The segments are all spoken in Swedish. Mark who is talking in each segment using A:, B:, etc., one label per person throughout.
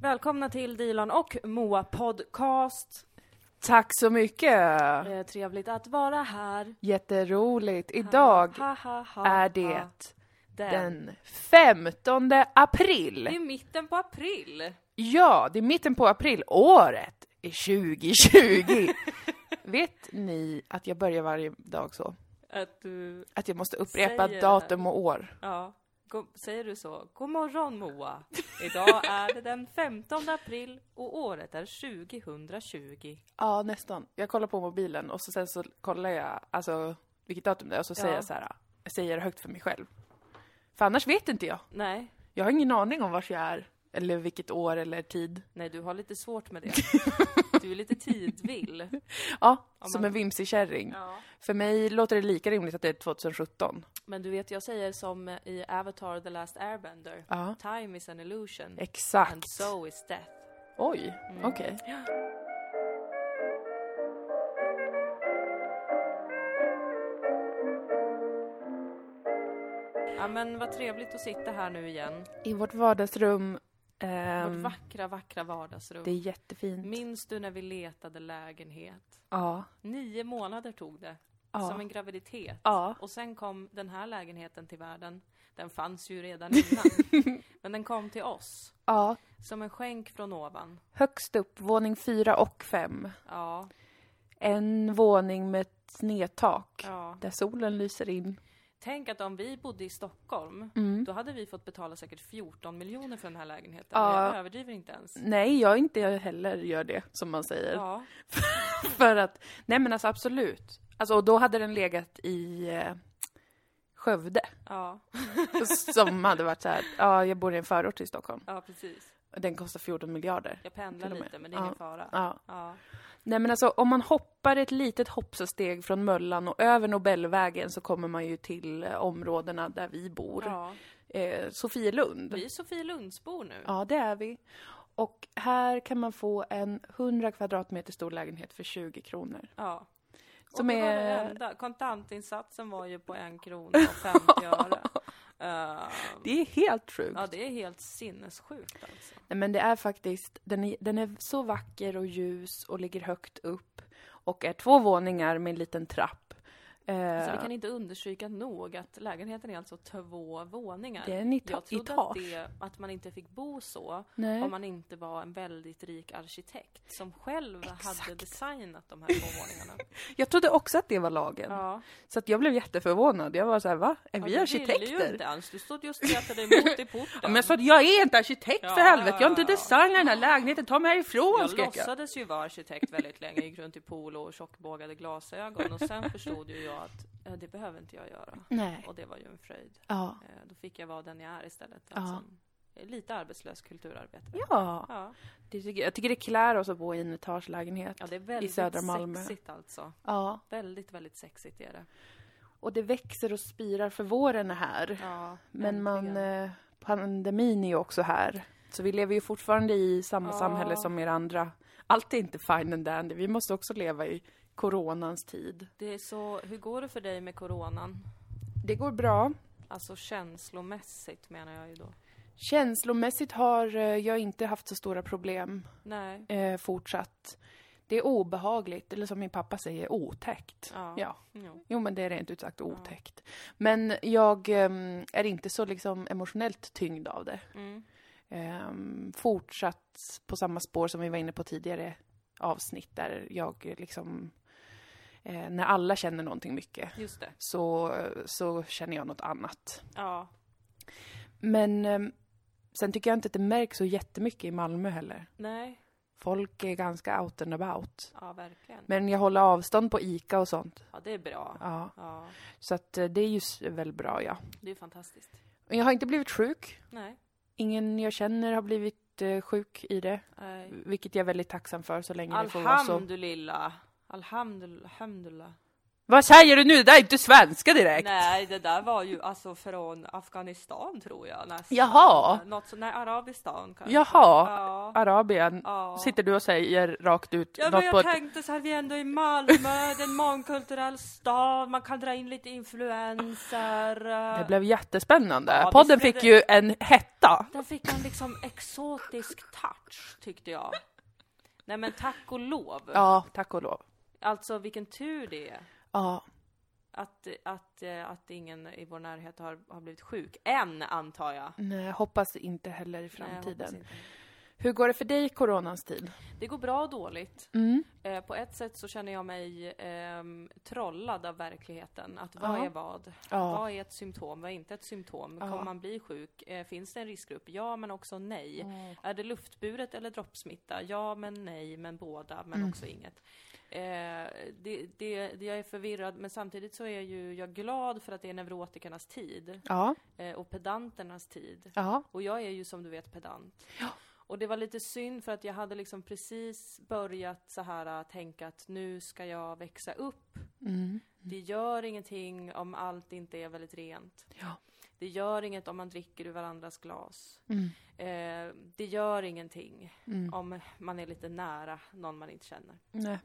A: Välkomna till Dilan och Moa Podcast.
B: Tack så mycket!
A: Eh, trevligt att vara här.
B: Jätteroligt. Idag
A: Ha, ha, ha, ha,
B: är
A: ha.
B: det
A: den.
B: den 15
A: Det är
B: april.
A: mitten på april.
B: Ja, det är mitten på april. Året är 2020. Vet ni att jag börjar varje dag så?
A: Att du,
B: Att jag måste upprepa
A: Säger det.
B: datum och år.
A: ja, go, säger du så? God morgon Moa. Idag är det den 15 april och året är 2020.
B: Ja, nästan. Jag kollar på mobilen och så sen så kollar jag alltså, vilket datum det är och så säger jag så här. Jag säger det högt för mig själv. För annars vet inte jag.
A: Nej,
B: Jag har ingen aning om vart jag är. Eller vilket år eller tid.
A: nej du har lite svårt med det. Du är lite tidvill.
B: Ja,
A: Om
B: som
A: man-
B: en vimsig kärring.
A: Ja.
B: För mig låter det lika rimligt att det är 2017.
A: Men du vet, jag säger som i Avatar The Last Airbender.
B: Ja.
A: Time is an illusion. And
B: Exakt.
A: so is death.
B: Oj, okej.
A: Ja men vad trevligt att sitta här nu igen.
B: I vårt vardagsrum. ehm,
A: Vårt vackra, vackra vardagsrum.
B: det är jättefint.
A: Minns du när vi letade lägenhet?
B: Ja.
A: Nio månader tog det.
B: Ja.
A: Som en graviditet.
B: Ja.
A: Och sen kom den här lägenheten till världen. Den fanns ju redan innan. men den kom till oss.
B: ja.
A: Som en skänk från ovan.
B: Högst upp, våning fyra och fem.
A: Ja,
B: En våning med ett snedtak.
A: ja.
B: Där solen lyser in.
A: Tänk att om vi bodde i Stockholm,
B: Mm.
A: då hade vi fått betala säkert 14 miljoner för den här lägenheten.
B: Ja.
A: Jag överdriver inte ens.
B: Nej, jag är inte jag heller gör det, som man säger.
A: Ja,
B: För att, nej men alltså absolut. Alltså, och då hade den legat i eh, Skövde.
A: ja,
B: Som hade varit så här, ja, jag bor i en förort till Stockholm.
A: ja precis.
B: Den kostar 14 miljarder.
A: Jag pendlar
B: Till och med.
A: lite, men det är ingen fara.
B: Ja.
A: Ja.
B: Nej men alltså om man hoppar ett litet hoppsasteg från Möllan och över Nobelvägen så kommer man ju till eh, områdena där vi bor.
A: Ja.
B: Eh, Sofielund.
A: Vi är Sofielundsbor nu.
B: Ja, det är vi. Och här kan man få en 100 kvadratmeter stor lägenhet för 20 kronor.
A: Ja.
B: Som
A: och det var det
B: är-
A: enda. Kontantinsatsen var ju på en krona och 50 öre. Eh,
B: Det är helt sjukt.
A: ja, det är helt sinnessjukt alltså.
B: Nej, men det är faktiskt, den är, den är så vacker och ljus och ligger högt upp. Och är två våningar med en liten trapp. Eh,
A: Så vi kan inte understryka nog att lägenheten är alltså två våningar.
B: Det är en ita-
A: Jag trodde att,
B: etage.
A: det, att man inte fick bo så
B: Nej.
A: om man inte var en väldigt rik arkitekt som själv hade
B: Exakt.
A: designat de här två våningarna.
B: Jag trodde också att det var lagen.
A: Ja.
B: Så att jag blev jätteförvånad. Jag var så här, va? Är vi
A: Du ville ju
B: arkitekter?
A: inte ens. Du stod just och stretade emot i porten.
B: Ja, men jag sa att jag är inte arkitekt
A: Ja,
B: för helvete, jag har
A: ja,
B: inte
A: ja.
B: designat den här lägenheten, ta mig härifrån
A: Jag
B: skrek jag.
A: låtsades ju vara arkitekt väldigt länge, gick runt i polo och tjockbågade glasögon och sen förstod ju jag att eh, det behöver inte jag göra.
B: Nej.
A: Och det var ju en fröjd.
B: Ja.
A: Eh, Då fick jag vara den jag är istället.
B: Ja.
A: Alltså, eh, lite arbetslös kulturarbetare.
B: Ja,
A: Ja.
B: det tycker, jag tycker det klär oss att bo i en etagelägenhet.
A: ja, det är väldigt
B: södra Malmö.
A: sexigt alltså.
B: Ja.
A: Väldigt, väldigt sexigt är det.
B: Och det växer och spirar för våren är här.
A: Ja,
B: Men man,
A: äntligen.
B: eh, pandemin är ju också här. Så vi lever ju fortfarande i samma
A: Ja.
B: samhälle som er andra. Allt är inte fine and dandy, vi måste också leva i coronans tid.
A: Det är så, hur går det för dig med coronan?
B: Det går bra.
A: Alltså känslomässigt menar jag ju då.
B: Känslomässigt har eh, jag inte haft så stora problem
A: Nej.
B: eh, fortsatt. Det är obehagligt, eller som min pappa säger, otäckt.
A: Ja.
B: Ja.
A: Jo.
B: Jo, men det är rent ut sagt otäckt. Men jag ehm, är inte så liksom emotionellt tyngd av det.
A: Mm.
B: Ehm, fortsatt på samma spår som vi var inne på tidigare avsnitt där jag liksom... Eh, när alla känner någonting mycket
A: Just det.
B: så, eh, så känner jag något annat.
A: Ja.
B: Men ehm, sen tycker jag inte att det märks så jättemycket i Malmö heller.
A: Nej.
B: Folk är ganska out and about.
A: Ja, verkligen.
B: Men jag håller avstånd på ICA och sånt.
A: Ja, det är bra.
B: Ja,
A: Ja,
B: så att eh, det är ju s- väl bra, ja.
A: det är fantastiskt.
B: Men Jag har inte blivit sjuk.
A: Nej.
B: Ingen jag känner har blivit eh, sjuk i det.
A: nej.
B: Vilket jag är väldigt tacksam för så länge det får vara så.
A: Alhamdulillah. Alhamdul- Alhamdulillah.
B: Vad säger du nu? Det där är inte svenska direkt!
A: Nej, det där var ju alltså från Afghanistan tror jag nästan.
B: Jaha.
A: Något sånt, nej, Arabistan kanske.
B: Jaha.
A: Ja.
B: Arabien,
A: Ja.
B: sitter du och säger rakt ut
A: Ja, men
B: något
A: jag
B: på ett...
A: tänkte så här, vi är ändå i Malmö, det är en mångkulturell stad, man kan dra in lite influenser.
B: Det blev jättespännande.
A: Ja, visst
B: Podden
A: blev
B: fick
A: det-
B: ju en hetta.
A: Den fick en liksom exotisk touch tyckte jag. Nej men tack och lov.
B: Ja, tack och lov.
A: Alltså vilken tur det är
B: Ja.
A: att, att, eh, att ingen i vår närhet har, har blivit sjuk. Än antar jag.
B: Nej, hoppas inte heller i
A: Nej, jag
B: framtiden.
A: hoppas inte.
B: Hur går det för dig i coronans tid?
A: Det går bra och dåligt.
B: Mm.
A: Eh, på ett sätt så känner jag mig ehm, trollad av verkligheten. Att vad
B: Ja.
A: är vad?
B: Ja.
A: Vad är ett symptom? Vad är inte ett symptom?
B: Ja.
A: Kommer man bli sjuk? Eh, finns det en riskgrupp? Ja, men också nej.
B: Mm.
A: Är det luftburet eller droppsmitta? Ja, men nej, men båda, men
B: Mm.
A: också inget. Eh, det, det, det, jag är förvirrad, men samtidigt så är ju jag glad för att det är neurotikernas tid
B: Ja.
A: eh, och pedanternas tid.
B: Ja.
A: Och jag är ju som du vet pedant.
B: Ja.
A: Och det var lite synd för att jag hade liksom precis börjat så här att tänka att nu ska jag växa upp.
B: Mm.
A: Det gör ingenting om allt inte är väldigt rent.
B: Ja.
A: Det gör inget om man dricker ur varandras glas.
B: Mm.
A: Eh, det gör ingenting
B: Mm.
A: om man är lite nära någon man inte känner.
B: Nej.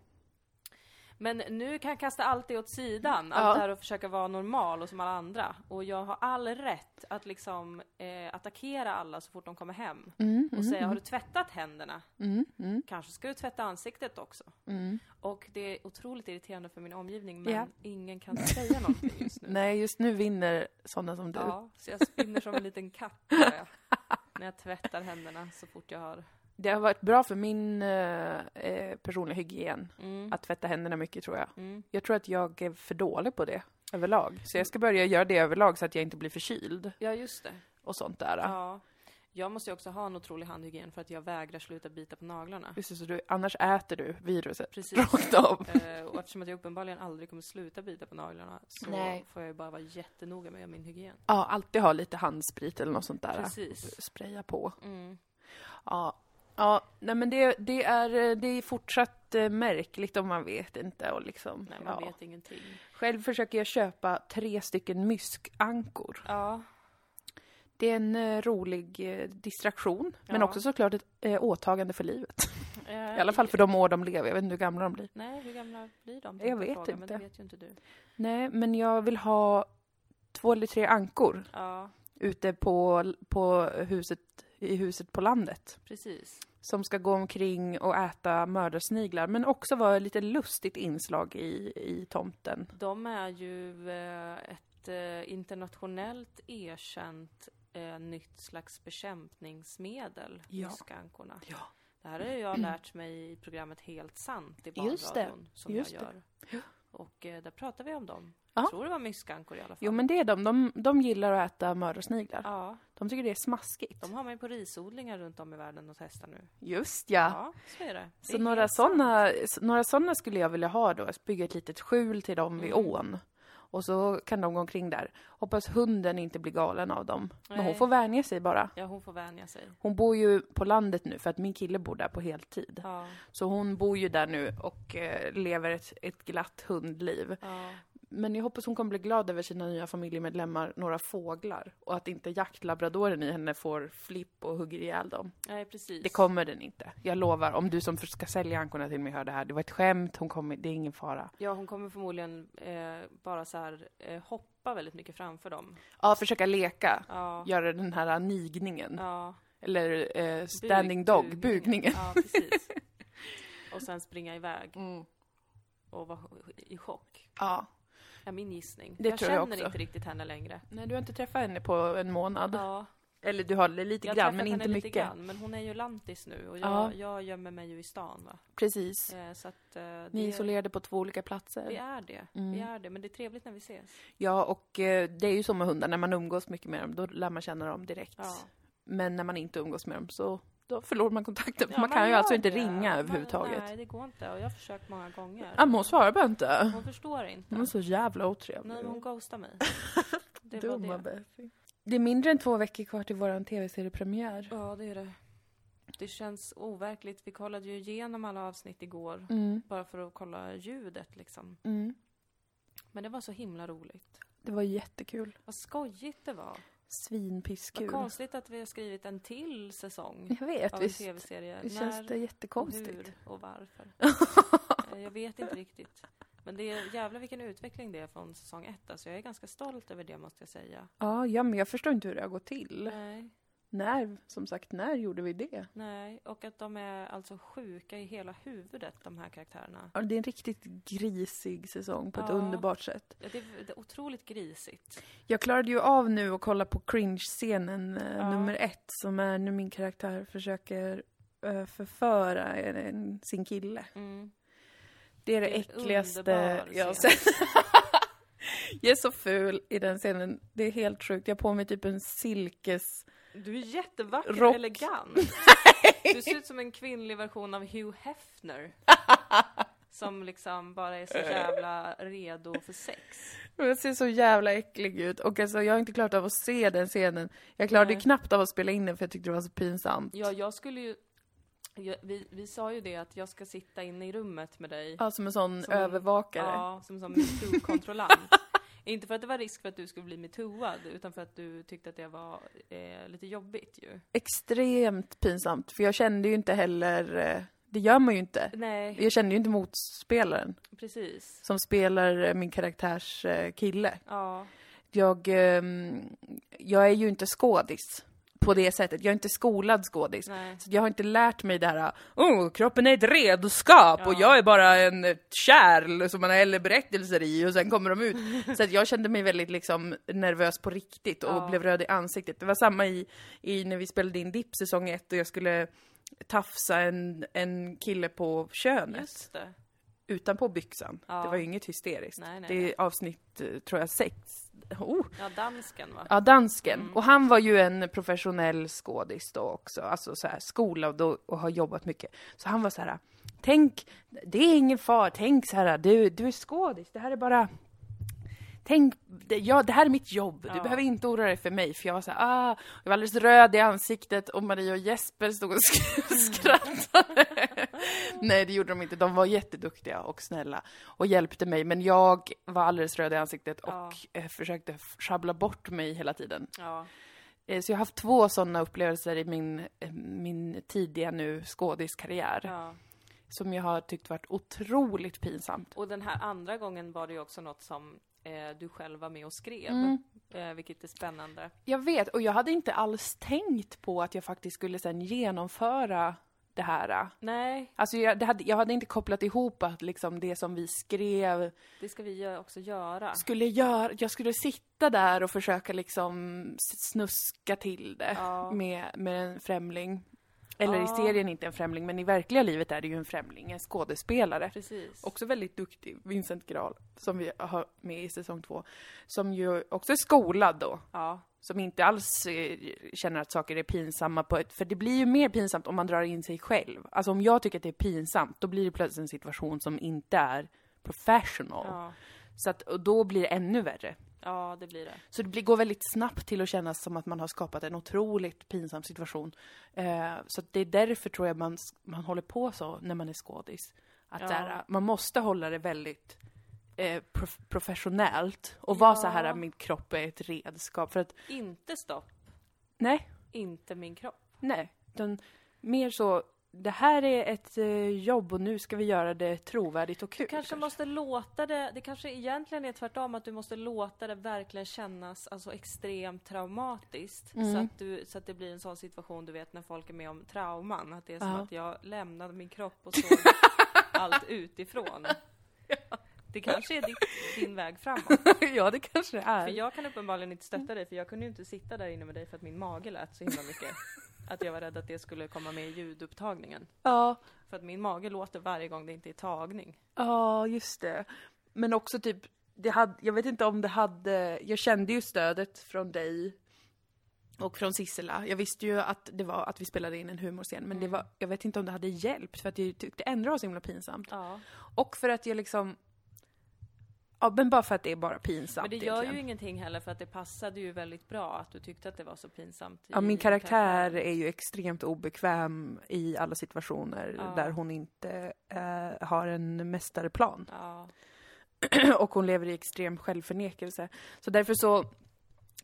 A: Men nu kan jag kasta allt det åt sidan, allt
B: Ja.
A: det här och försöka vara normal och som alla andra. Och jag har all rätt att liksom eh, attackera alla så fort de kommer hem.
B: Mm.
A: Och säga, har du tvättat händerna?
B: Mm. Mm.
A: Kanske ska du tvätta ansiktet också.
B: Mm.
A: Och det är otroligt irriterande för min omgivning, men
B: Ja.
A: ingen kan säga någonting just nu.
B: Nej, just nu vinner sådana som du.
A: Ja, så jag spinner som en liten katt gör jag, när jag tvättar händerna så fort jag har...
B: Det har varit bra för min eh, eh, personliga hygien
A: Mm.
B: att tvätta händerna mycket tror jag.
A: Mm.
B: Jag tror att jag är för dålig på det överlag. Så jag ska börja göra det överlag så att jag inte blir förkyld
A: Ja, just det.
B: och sånt där.
A: Ja. Jag måste ju också ha en otrolig handhygien för att jag vägrar sluta bita på naglarna.
B: Just det, så du, annars äter du viruset
A: Precis.
B: rakt av.
A: Eh, och eftersom att jag uppenbarligen aldrig kommer sluta bita på naglarna så
B: Nej.
A: får jag ju bara vara jättenoga med min hygien.
B: Ja, alltid ha lite handsprit eller något sånt där.
A: Precis.
B: Spraya på.
A: Mm.
B: Ja. Ja, nej men det, det, är, eh, det är fortsatt eh, märkligt om man vet inte och liksom,
A: Nej, man
B: ja.
A: vet ingenting.
B: Själv försöker jag köpa tre stycken myskankor.
A: Ja,
B: Det är en eh, rolig eh, distraktion, men
A: Ja.
B: också såklart ett eh, åtagande för livet.
A: eh,
B: I alla fall för de år de lever, jag vet inte hur gamla de blir.
A: Nej, hur gamla blir de?
B: Jag
A: tänkte
B: vet
A: fråga, Men
B: inte.
A: det vet ju inte du.
B: Nej, men jag vill ha två eller tre ankor
A: Ja,
B: ute på, på huset, i huset på landet.
A: precis.
B: Som ska gå omkring och äta mördarsniglar, men också vara ett lite lustigt inslag i, i tomten.
A: De är ju eh, ett eh, internationellt erkänt eh, nytt slags bekämpningsmedel,
B: Ja.
A: skankorna.
B: Ja.
A: Det här har ju jag lärt mig i programmet Helt sant i
B: Just det.
A: barnradion som
B: Just det.
A: jag gör. Och eh, där pratar vi om dem.
B: Ja.
A: Jag tror det var myskankor i alla fall.
B: Jo, men det är de. De, de gillar att äta mördarsniglar.
A: Ja,
B: De tycker det är smaskigt.
A: de har man ju på risodlingar runt om i världen och testar nu.
B: Just ja.
A: Ja, så är det. det
B: Så
A: är
B: några
A: helt
B: sådana, s- några såna skulle jag vilja ha då, att bygga ett litet skjul till dem vid
A: Mm.
B: ån. Och så kan de gå omkring där. Hoppas hunden inte blir galen av dem. Men hon
A: Nej.
B: får vänja sig bara.
A: Ja, hon får vänja sig.
B: Hon bor ju på landet nu för att min kille bor där på heltid.
A: Ja,
B: Så hon bor ju där nu och eh, lever ett, ett glatt hundliv.
A: ja.
B: Men jag hoppas hon kommer bli glad över sina nya familjemedlemmar, några fåglar. Och att inte jaktlabradoren i henne får flipp och hugger ihjäl dem.
A: Nej, precis.
B: Det kommer den inte. Jag lovar, om du som ska sälja ankorna till mig hör det här, det var ett skämt, hon kommer, det är ingen fara.
A: Ja, hon kommer förmodligen eh, bara så här eh, hoppa väldigt mycket framför dem.
B: Ja, försöka leka.
A: Ja.
B: Göra den här äh, nigningen.
A: ja.
B: Eller eh,
A: Bug-
B: standing dog, bugningen.
A: Ja, precis. Och sen springa iväg och vara i chock.
B: Ja.
A: Är min gissning.
B: Det
A: jag
B: tror
A: känner
B: jag också.
A: inte riktigt henne längre.
B: Nej, du har inte träffat henne på en månad.
A: Ja,
B: Eller du har det lite
A: jag har
B: grann,
A: träffat
B: men
A: henne
B: inte
A: lite
B: mycket.
A: grann, men hon är ju lantis nu och jag,
B: Ja.
A: jag gömmer mig ju i stan. Va?
B: Precis.
A: Eh, Så att, eh, det,
B: Ni är Mm. isolerade på två olika
A: Vi
B: platser.
A: är det. Vi är det, men det är trevligt när vi ses.
B: Ja, och eh, det är ju så med hundar, när man umgås mycket med dem, då lär man känna dem direkt.
A: Ja.
B: Men när man inte umgås med dem så då förlorar man kontakten.
A: Ja,
B: man kan ju
A: gör
B: alltså inte
A: det.
B: ringa
A: Man-
B: överhuvudtaget.
A: Nej, det går inte och jag har försökt många gånger.
B: Ja, men hon svarar bara inte.
A: Hon förstår inte.
B: Hon är så jävla
A: Nej, men
B: otrevlig.
A: hon ghostar mig. Det var
B: Dumma
A: det.
B: Beffy. Det är mindre än två veckor kvar till vår tv-seriepremiär.
A: Ja, det är det. Det känns overkligt. Vi kollade ju igenom alla avsnitt igår.
B: Mm.
A: Bara för att kolla ljudet liksom.
B: Mm.
A: Men det var så himla roligt.
B: Det var jättekul.
A: Vad skojigt det var. Vad
B: Svinpisskul.
A: konstigt att vi har skrivit en till säsong
B: Jag vet,
A: av en
B: visst.
A: tv-serie.
B: Visst känns det jättekonstigt?
A: hur och varför. Eh, jag vet inte riktigt. Men det är jävla vilken utveckling det är från säsong ett. Alltså jag är ganska stolt över det måste jag säga.
B: Ja, ja, men jag förstår inte hur det har gått till.
A: Nej,
B: När, som sagt, när gjorde vi det?
A: nej. Och att de är alltså sjuka i hela huvudet, de här karaktärerna.
B: Ja, det är en riktigt grisig säsong på ett
A: Ja.
B: underbart sätt.
A: Ja, Det är, det är otroligt grisigt.
B: Jag klarade ju av nu att kolla på cringe-scenen eh,
A: Ja.
B: nummer ett som är när min karaktär försöker eh, förföra en, sin kille.
A: Mm.
B: Det är det,
A: Det är en
B: äckligaste
A: underbar
B: jag har
A: scen.
B: sett. jag är så ful i den scenen. Det är helt sjukt. Jag har på mig typ en silkes...
A: Du är jättevacker och
B: Rock.
A: elegant. Du ser ut som en kvinnlig version av Hugh Hefner. Som liksom bara är så jävla redo för sex.
B: Och Jag ser så jävla äcklig ut. Och alltså, jag har inte klarat av att se den scenen. Jag klarade
A: Nej.
B: knappt av att spela in den för jag tyckte det var så pinsamt.
A: Ja, jag skulle ju... Jag, vi, vi sa ju det att jag ska sitta inne i rummet med dig.
B: Ja, som en sån
A: Som-
B: övervakare.
A: Ja, som, som metoo-kontrollant. Inte för att det var risk för att du skulle bli metooad, utan för att du tyckte att det var eh, lite jobbigt ju.
B: Extremt pinsamt. För jag kände ju inte heller... eh, Det gör man ju inte.
A: Nej,
B: Jag kände ju inte motspelaren
A: precis.
B: som spelar eh, min karaktärs eh, kille.
A: Ja,
B: jag, ehm, jag är ju inte skådis på det sättet. Jag är inte skolad skådis.
A: nej.
B: Så jag har inte lärt mig det här, oh, kroppen är ett redskap och jag är bara en eh, kärl som man häller berättelser i och sen kommer de ut. Så att jag kände mig väldigt liksom nervös på riktigt och
A: Ja.
B: blev röd i ansiktet. Det var samma i, i när vi spelade in Dipp säsong ett och jag skulle tafsa en, en kille på könet
A: Just det.
B: utanpå byxan.
A: Ja.
B: Det var ju inget hysteriskt.
A: Nej, nej,
B: det
A: nej.
B: är avsnitt, eh, tror jag, sex. Oh,
A: Ja, dansken va?
B: Ja, dansken.
A: Mm.
B: Och han var ju en professionell skådis då också, alltså så här, skolad och, och har jobbat mycket. Så han var så här, tänk, det är ingen fara, tänk så här, du, du är skådis, det här är bara Tänk, det, ja, det här är mitt jobb, du
A: Ja.
B: behöver inte oroa dig för mig. För jag var så här, ah, jag var alldeles röd i ansiktet och Maria och Jesper stod och
A: Mm.
B: sk- skrattade. Nej, det gjorde de inte. De var jätteduktiga och snälla och hjälpte mig. Men jag var alldeles röd i ansiktet och
A: Ja.
B: eh, försökte f- sjabbla bort mig hela tiden.
A: Ja,
B: Eh, Så jag har haft två sådana upplevelser i min, eh, min tidiga nu skådiskarriär.
A: ja.
B: Som jag har tyckt varit otroligt pinsamt.
A: Och den här andra gången var det ju också något som eh, du själv var med och skrev, eh, vilket är spännande.
B: Jag vet, och jag hade inte alls tänkt på att jag faktiskt skulle sen genomföra det här.
A: Nej,
B: Alltså jag, det hade, jag hade inte kopplat ihop att liksom det som vi skrev
A: det ska vi gö- också göra.
B: skulle göra, jag skulle sitta där och försöka liksom s- snuska till det
A: Ja.
B: med, med en främling. Eller i
A: Ja.
B: serien inte en främling, men i verkliga livet är det ju en främling, en skådespelare.
A: Precis.
B: Också väldigt duktig, Vincent Graal, som vi har med i säsong två. Som ju också är skolad då,
A: Ja,
B: som inte alls eh, känner att saker är pinsamma på ett... För det blir ju mer pinsamt om man drar in sig själv. Alltså om jag tycker att det är pinsamt, då blir det plötsligt en situation som inte är professional.
A: ja,
B: Så att, och då blir det ännu värre.
A: ja, det blir det.
B: Så det blir, går väldigt snabbt till att kännas som att man har skapat en otroligt pinsam situation. Eh, så att det är därför tror jag man, s- man håller på så när man är skådis. Att
A: Ja.
B: så här, man måste hålla det väldigt eh, prof- professionellt och vara så här,
A: Ja.
B: min kropp är ett redskap. För att,
A: Inte stopp,
B: nej,
A: inte min kropp.
B: Nej, utan mer så, det här är ett eh, jobb och nu ska vi göra det trovärdigt och kul.
A: kanske måste låta det, det kanske egentligen är tvärtom, att du måste låta det verkligen kännas alltså, extremt traumatiskt. Så, att du, så att det blir en sån situation, du vet när folk är med om trauman, att det är som
B: Ja.
A: att jag lämnade min kropp och såg allt utifrån. Det kanske är ditt, din väg framåt.
B: ja, det kanske det är.
A: För jag kan uppenbarligen inte stötta dig, för jag kunde ju inte sitta där inne med dig för att min mage lät så himla mycket. Att jag var rädd att det skulle komma med i ljudupptagningen.
B: Ja,
A: För att min mage låter varje gång det inte är tagning.
B: ja, just det. Men också typ, det hade, jag vet inte om det hade, jag kände ju stödet från dig och från Sissela. Jag visste ju att det var att vi spelade in en humorscen, men det
A: Mm.
B: var, jag vet inte om det hade hjälpt för att jag tyckte ändå det var så himla pinsamt.
A: Ja.
B: Och för att jag liksom, ja men bara för att det är bara pinsamt
A: Men det gör
B: egentligen.
A: ju ingenting heller för att det passade ju väldigt bra att du tyckte att det var så pinsamt. i
B: Ja, min karaktär
A: karaktären.
B: är ju extremt obekväm i alla situationer
A: Ja.
B: där hon inte eh, har en mästarplan.
A: Ja,
B: och hon lever i extrem självförnekelse. Så därför så,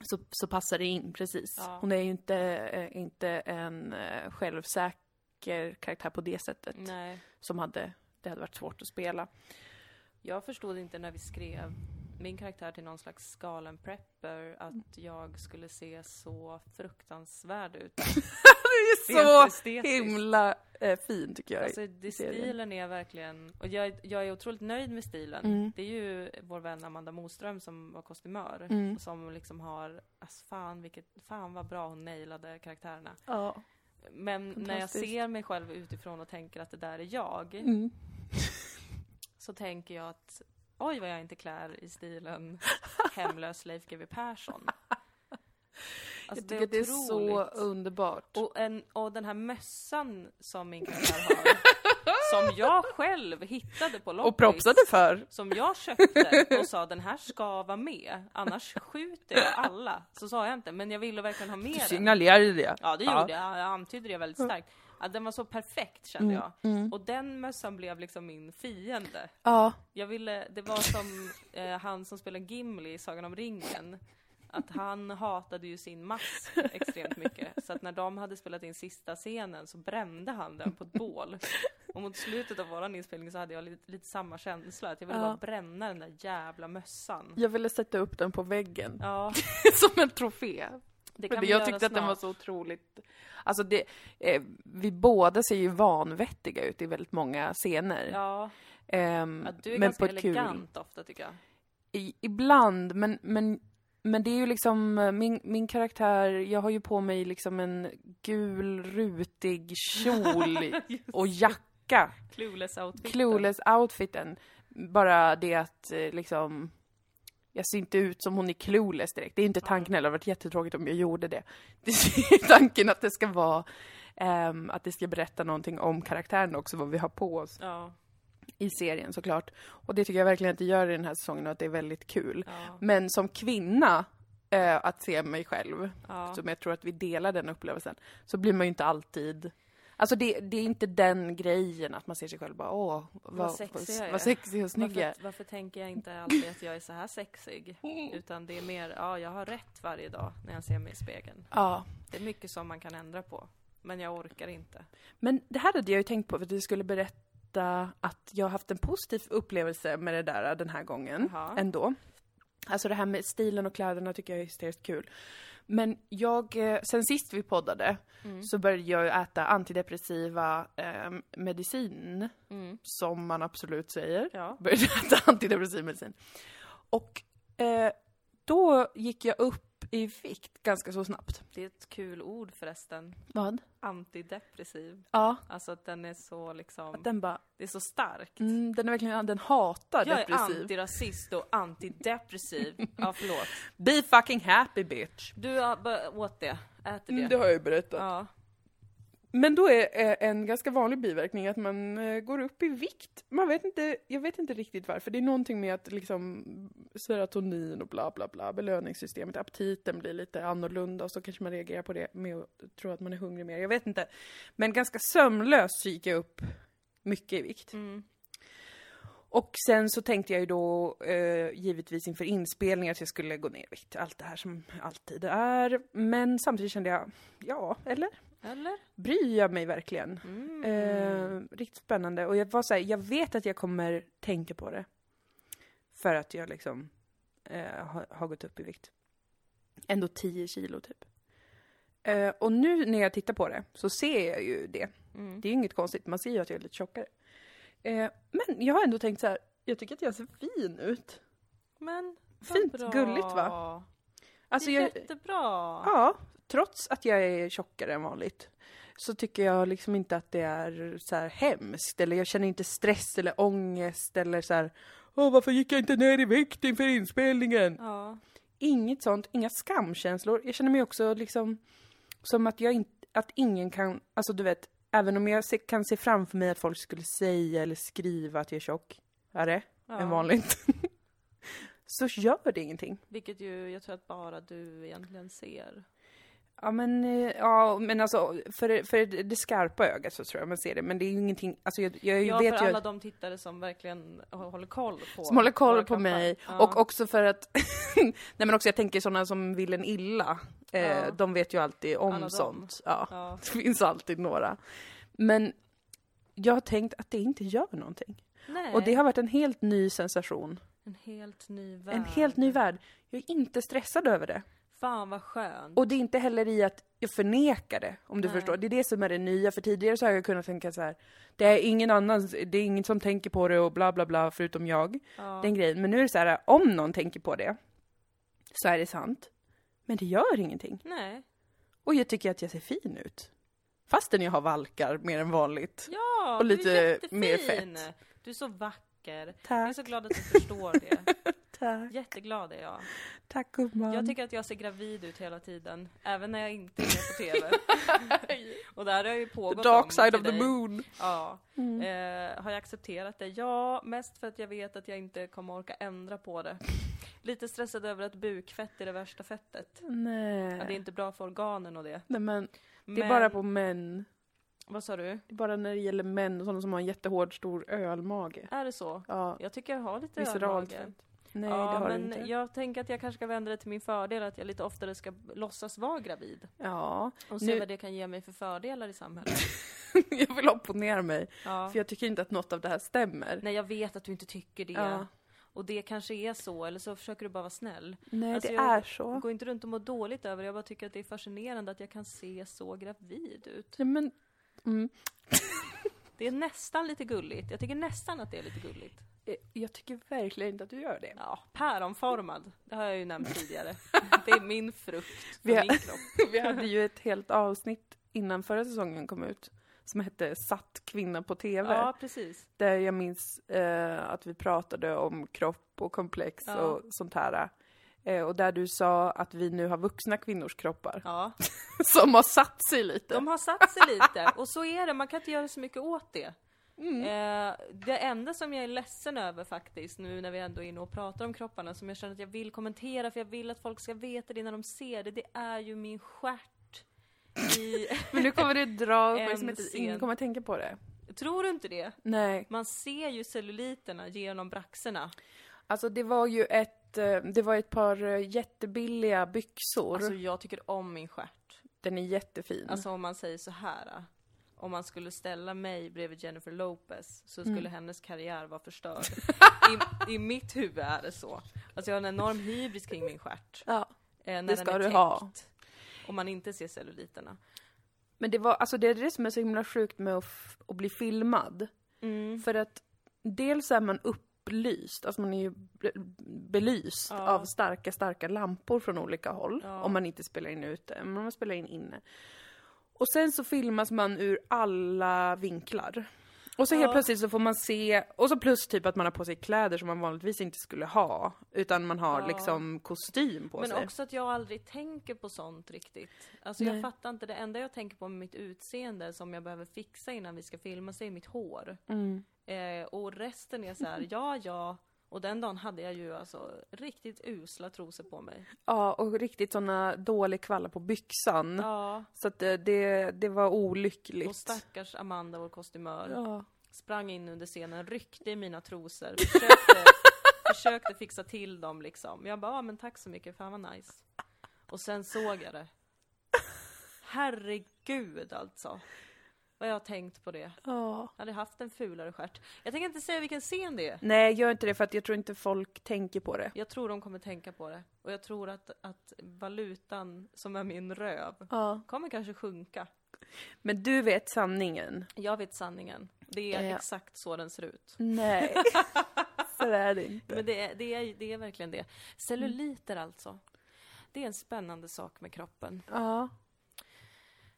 B: så, så passar det in precis.
A: Ja.
B: Hon är ju inte, eh, inte en eh, självsäker karaktär på det sättet.
A: Nej.
B: Som hade, det hade varit svårt att spela.
A: Jag förstod inte när vi skrev min karaktär till någon slags galen prepper att jag skulle se så fruktansvärd ut.
B: Det
A: Rent
B: är så
A: estetiskt.
B: himla eh, fin tycker jag.
A: Alltså det,
B: serien.
A: stilen är verkligen, och jag, jag är otroligt nöjd med stilen.
B: Mm.
A: Det är ju vår vän Amanda Moström som var kostymör
B: Mm.
A: och som liksom har, alltså fan, vilket, fan vad bra hon nailade karaktärerna.
B: ja.
A: Men när jag
B: Fantastiskt.
A: ser mig själv utifrån och tänker att det där är jag,
B: Mm.
A: så tänker jag att oj vad jag inte klär i stilen hemlös Leif GW Persson. Alltså,
B: jag tycker det är, så
A: otroligt.
B: underbart.
A: Och, en, och den här mössan som min karaktär har, som jag själv hittade på loppis.
B: och propsade för.
A: Som jag köpte och sa den här ska vara med, annars skjuter jag alla. Så sa jag inte, men jag ville verkligen ha med den.
B: signalerade det.
A: Ja, det gjorde jag. Jag antydde det väldigt starkt. Att den var så perfekt kände
B: Mm,
A: jag. Och den mössan blev liksom min fiende.
B: Ja.
A: Jag ville, det var som eh, han som spelar Gimli i Sagan om ringen. Att han hatade ju sin mask extremt mycket. Så att när de hade spelat in sista scenen så brände han den på ett bål. Och mot slutet av våran inspelning så hade jag lite, lite samma känsla. Att jag ville
B: Ja.
A: bara bränna den där jävla mössan.
B: Jag ville sätta upp den på väggen.
A: Ja,
B: Som en trofé.
A: det kan
B: Men
A: vi
B: jag
A: göra
B: tyckte att den
A: snart.
B: var så otroligt... Alltså det, eh, vi båda ser ju vanvettiga ut i väldigt många scener.
A: Ja,
B: Ehm,
A: ja du är
B: men på
A: ganska
B: ett kul...
A: elegant ofta tycker jag.
B: I, ibland, men, men, men det är ju liksom eh, min, min karaktär, jag har ju på mig liksom en gul rutig kjol och jacka.
A: Clueless outfit.
B: Clueless outfiten. Bara det att eh, liksom jag ser inte ut som hon i Clueless direkt. Det är inte tanken heller, det hade varit jättetråkigt om jag gjorde det. Det är tanken att det ska vara, ehm, att det ska berätta någonting om karaktären också, vad vi har på oss
A: Ja,
B: i serien såklart. Och det tycker jag verkligen att det gör i den här säsongen och att det är väldigt kul.
A: ja,
B: Men som kvinna, eh, att se mig själv,
A: ja.
B: som jag tror att vi delar den upplevelsen, så blir man ju inte alltid... Alltså det, det är inte den grejen att man ser sig själv bara åh, vad,
A: Vad
B: vad,
A: sexig
B: sexig,
A: jag är."
B: vad sexig och snygg jag är.
A: Varför, varför tänker jag inte alltid att jag är så här sexig?
B: Mm.
A: Utan det är mer, ja jag har rätt varje dag när jag ser mig i spegeln.
B: Ja.
A: Det är mycket som man kan ändra på. Men jag orkar inte.
B: Men det här hade jag ju tänkt på för att du skulle berätta att jag har haft en positiv upplevelse med det där den här gången
A: Jaha.
B: ändå. Alltså det här med stilen och kläderna tycker jag är hysteriskt kul. Men jag, eh, sen sist vi poddade
A: Mm.
B: så började jag ju äta antidepressiva eh, medicin, som man absolut säger.
A: Ja.
B: Började äta antidepressiv medicin. Och eh, då gick jag upp i vikt ganska så snabbt.
A: Det är ett kul ord förresten.
B: Vad?
A: Antidepressiv.
B: Ja,
A: Alltså att den är så liksom,
B: den bara,
A: det är så starkt.
B: mm, den är verkligen, den hatar
A: Jag är
B: depressiv.
A: antirasist och antidepressiv. Ja, förlåt.
B: Be fucking happy bitch. Mm,
A: Du har bör- åt det, äter det.
B: har jag ju berättat.
A: Ja.
B: Men då är eh, en ganska vanlig biverkning att man eh, går upp i vikt. Man vet inte, jag vet inte riktigt varför. Det är någonting med att liksom serotonin och bla bla bla, belöningssystemet, aptiten blir lite annorlunda och så kanske man reagerar på det med att tro att man är hungrig mer. Jag vet inte. Men ganska sömlöst så gick jag upp mycket i vikt.
A: Mm.
B: Och sen så tänkte jag ju då eh, givetvis inför inspelningar att jag skulle gå ner i vikt. Allt det här som alltid är. Men samtidigt kände jag, ja, eller?
A: Eller?
B: Bryr jag mig verkligen?
A: Mm.
B: Eh, riktigt spännande. Och jag var så här, jag vet att jag kommer tänka på det. För att jag liksom eh, har, har gått upp i vikt. Ändå 10 kilo typ. Eh, och nu när jag tittar på det så ser jag ju det.
A: Mm.
B: Det är ju inget konstigt, man ser ju att jag är lite tjockare. Eh, men jag har ändå tänkt så här, jag tycker att jag ser fin ut.
A: Men vad
B: Fint,
A: bra.
B: gulligt, va? Alltså
A: det är
B: jag,
A: jättebra.
B: ja, trots att jag är tjockare än vanligt så tycker jag liksom inte att det är så här hemskt eller jag känner inte stress eller ångest eller så här Åh, varför gick jag inte ner i vikt inför inspelningen?
A: Ja.
B: Inget sånt, inga skamkänslor. Jag känner mig också liksom som att jag inte, att ingen kan, alltså du vet, även om jag se, kan se framför mig att folk skulle säga eller skriva att jag är tjockare
A: ja.
B: än vanligt. så gör det ingenting.
A: Vilket ju jag tror att bara du egentligen ser.
B: Ja men, eh, ja, men alltså för, för det skarpa ögat så tror jag man ser det. Men det är ju ingenting, alltså jag, jag
A: Ja,
B: vet
A: för
B: ju
A: alla
B: att,
A: de tittare som verkligen håller koll på
B: som håller koll
A: våra
B: på mig.
A: kampanjer.
B: Och också för att, nej men också jag tänker sådana som vill en illa. Eh,
A: Ja.
B: De vet ju alltid om
A: Alla de.
B: sånt. Ja.
A: Ja.
B: Det finns alltid några. Men jag har tänkt att det inte gör någonting.
A: Nej,
B: Och det har varit en helt ny sensation.
A: en helt ny värld.
B: En helt ny värld. Jag är inte stressad över det.
A: Fan vad skönt.
B: Och det är inte heller i att jag förnekar det, om du
A: Nej.
B: förstår. Det är det som är det nya, för tidigare så har jag kunnat tänka så här. Det är ingen annan, det är ingen som tänker på det och bla bla bla, förutom jag.
A: Ja.
B: Den grejen. Men nu är det så här, om någon tänker på det, så är det sant. Men det gör ingenting.
A: Nej.
B: Och jag tycker att jag ser fin ut. Fastän jag har valkar mer än vanligt.
A: Ja,
B: Och
A: du
B: lite
A: är jättefin.
B: mer fett.
A: Du är så vacker. Jag är
B: Tack,
A: så glad att du förstår det.
B: tack,
A: Jätteglad är jag.
B: tack gumman.
A: Jag tycker att jag ser gravid ut hela tiden, även när jag inte är på TV. Och där har jag ju pågått
B: The
A: om
B: dark side
A: till
B: of the
A: dig.
B: moon.
A: Ja.
B: Mm.
A: Eh, har jag accepterat det? Ja, mest för att jag vet att jag inte kommer orka ändra på det. Lite stressad över att bukfett är det värsta fettet.
B: Mm. Nej.
A: Ja, det är inte bra för organen och det.
B: Nej men, Eh. det är
A: Men-
B: bara på män.
A: Vad sa du?
B: Det är bara när det gäller män och sådana som har en jättehård stor ölmage.
A: Är det så?
B: Ja,
A: Jag tycker jag har lite
B: visceralt.
A: ölmage.
B: Nej,
A: ja,
B: det har
A: men
B: du inte.
A: jag tänker att jag kanske ska vända det till min fördel, att jag lite oftare ska låtsas vara gravid.
B: Ja,
A: Och se
B: Nu-
A: vad det kan ge mig för fördelar i samhället.
B: jag vill opponera mig.
A: Ja.
B: För jag tycker inte att något av det här stämmer.
A: Nej, jag vet att du inte tycker det.
B: Ja.
A: Och det kanske är så, eller så försöker du bara vara snäll.
B: Nej,
A: Alltså,
B: det
A: jag-
B: är så.
A: Gå inte runt och må dåligt över det, jag bara tycker att det är fascinerande att jag kan se så gravid ut.
B: Nej, men, mm,
A: Det är nästan lite gulligt. Jag tycker nästan att det är lite gulligt.
B: eh, jag tycker verkligen inte att du gör det.
A: Ja, päronformad. Det har jag ju nämnt tidigare. Det är min frukt för
B: Vi har-
A: min kropp.
B: Vi hade ju ett helt avsnitt innan förra säsongen kom ut som hette Satt kvinna på TV.
A: Ja, precis.
B: Där jag minns eh, att vi pratade om kropp och komplex
A: Ja.
B: och sånt här. Eh, och där du sa att vi nu har vuxna kvinnors kroppar
A: Ja.
B: som har satt sig lite.
A: De har satt sig lite och så är det, man kan inte göra så mycket åt det.
B: Mm.
A: Eh, det enda som jag är ledsen över faktiskt nu när vi ändå är inne och pratar om kropparna som jag känner att jag vill kommentera för jag vill att folk ska veta det när de ser det, det är ju min stjärt. I...
B: Men nu kommer det dra
A: En
B: uppmärksamhet, ingen
A: scen.
B: kommer att tänka på det.
A: Tror du inte det?
B: Nej,
A: Man ser ju celluliterna genom braxerna.
B: alltså det var ju ett, eh, det var ett par eh, jättebilliga byxor.
A: Alltså jag tycker om min stjärt.
B: Den är jättefin.
A: Alltså om man säger så här. eh, Om man skulle ställa mig bredvid Jennifer Lopez så skulle
B: Mm.
A: hennes karriär vara förstörd. I, I mitt huvud är det så. Alltså jag har en enorm hybris kring min stjärt.
B: ja.
A: eh, när
B: Det
A: den
B: ska
A: är
B: du ha.
A: täckt. Om man inte ser celluliterna.
B: Men det var, alltså det är det som är så himla sjukt med att, f- att bli filmad. För att dels är man upplyst, alltså man är ju be- belyst
A: Ja.
B: av starka, starka lampor från olika håll.
A: Ja.
B: Om man inte spelar in ute, men om man spelar in inne. Och sen så filmas man ur alla vinklar. Och så helt
A: Ja.
B: plötsligt så får man se, och så plus typ att man har på sig kläder som man vanligtvis inte skulle ha. Utan man har
A: Ja.
B: liksom kostym på
A: Men
B: sig.
A: också att jag aldrig tänker på sånt riktigt. Alltså jag
B: Nej.
A: fattar inte, det enda jag tänker på med mitt utseende som jag behöver fixa innan vi ska filma så är mitt hår.
B: Mm.
A: Eh, och resten är så här, ja ja. Och den dagen hade jag ju alltså riktigt usla trosor på mig.
B: Ja, och riktigt såna dålig kvalla på byxan.
A: Ja,
B: Så att eh, det, det var
A: och
B: olyckligt.
A: stackars Amanda, vår kostymör,
B: Ja.
A: sprang in under scenen, ryckte i mina trosor, försökte, försökte fixa till dem liksom. Jag bara, ah, men tack så mycket, fan vad nice. Och sen såg jag det. Herregud alltså. Vad jag har tänkt på det.
B: ja.
A: Jag hade haft en fulare stjärt. Jag tänker inte säga vilken scen det är.
B: Nej, gör inte det för att jag tror inte folk tänker på det.
A: Jag tror de kommer tänka på det. Och jag tror att, att valutan som är min röv
B: Ja.
A: kommer kanske sjunka.
B: Men du vet sanningen.
A: Jag vet sanningen. Det är
B: Ja.
A: exakt så den ser ut.
B: Nej. Så är det inte.
A: Men det är, det, är, det är verkligen det. Celluliter alltså. Det är en spännande sak med kroppen.
B: Ja.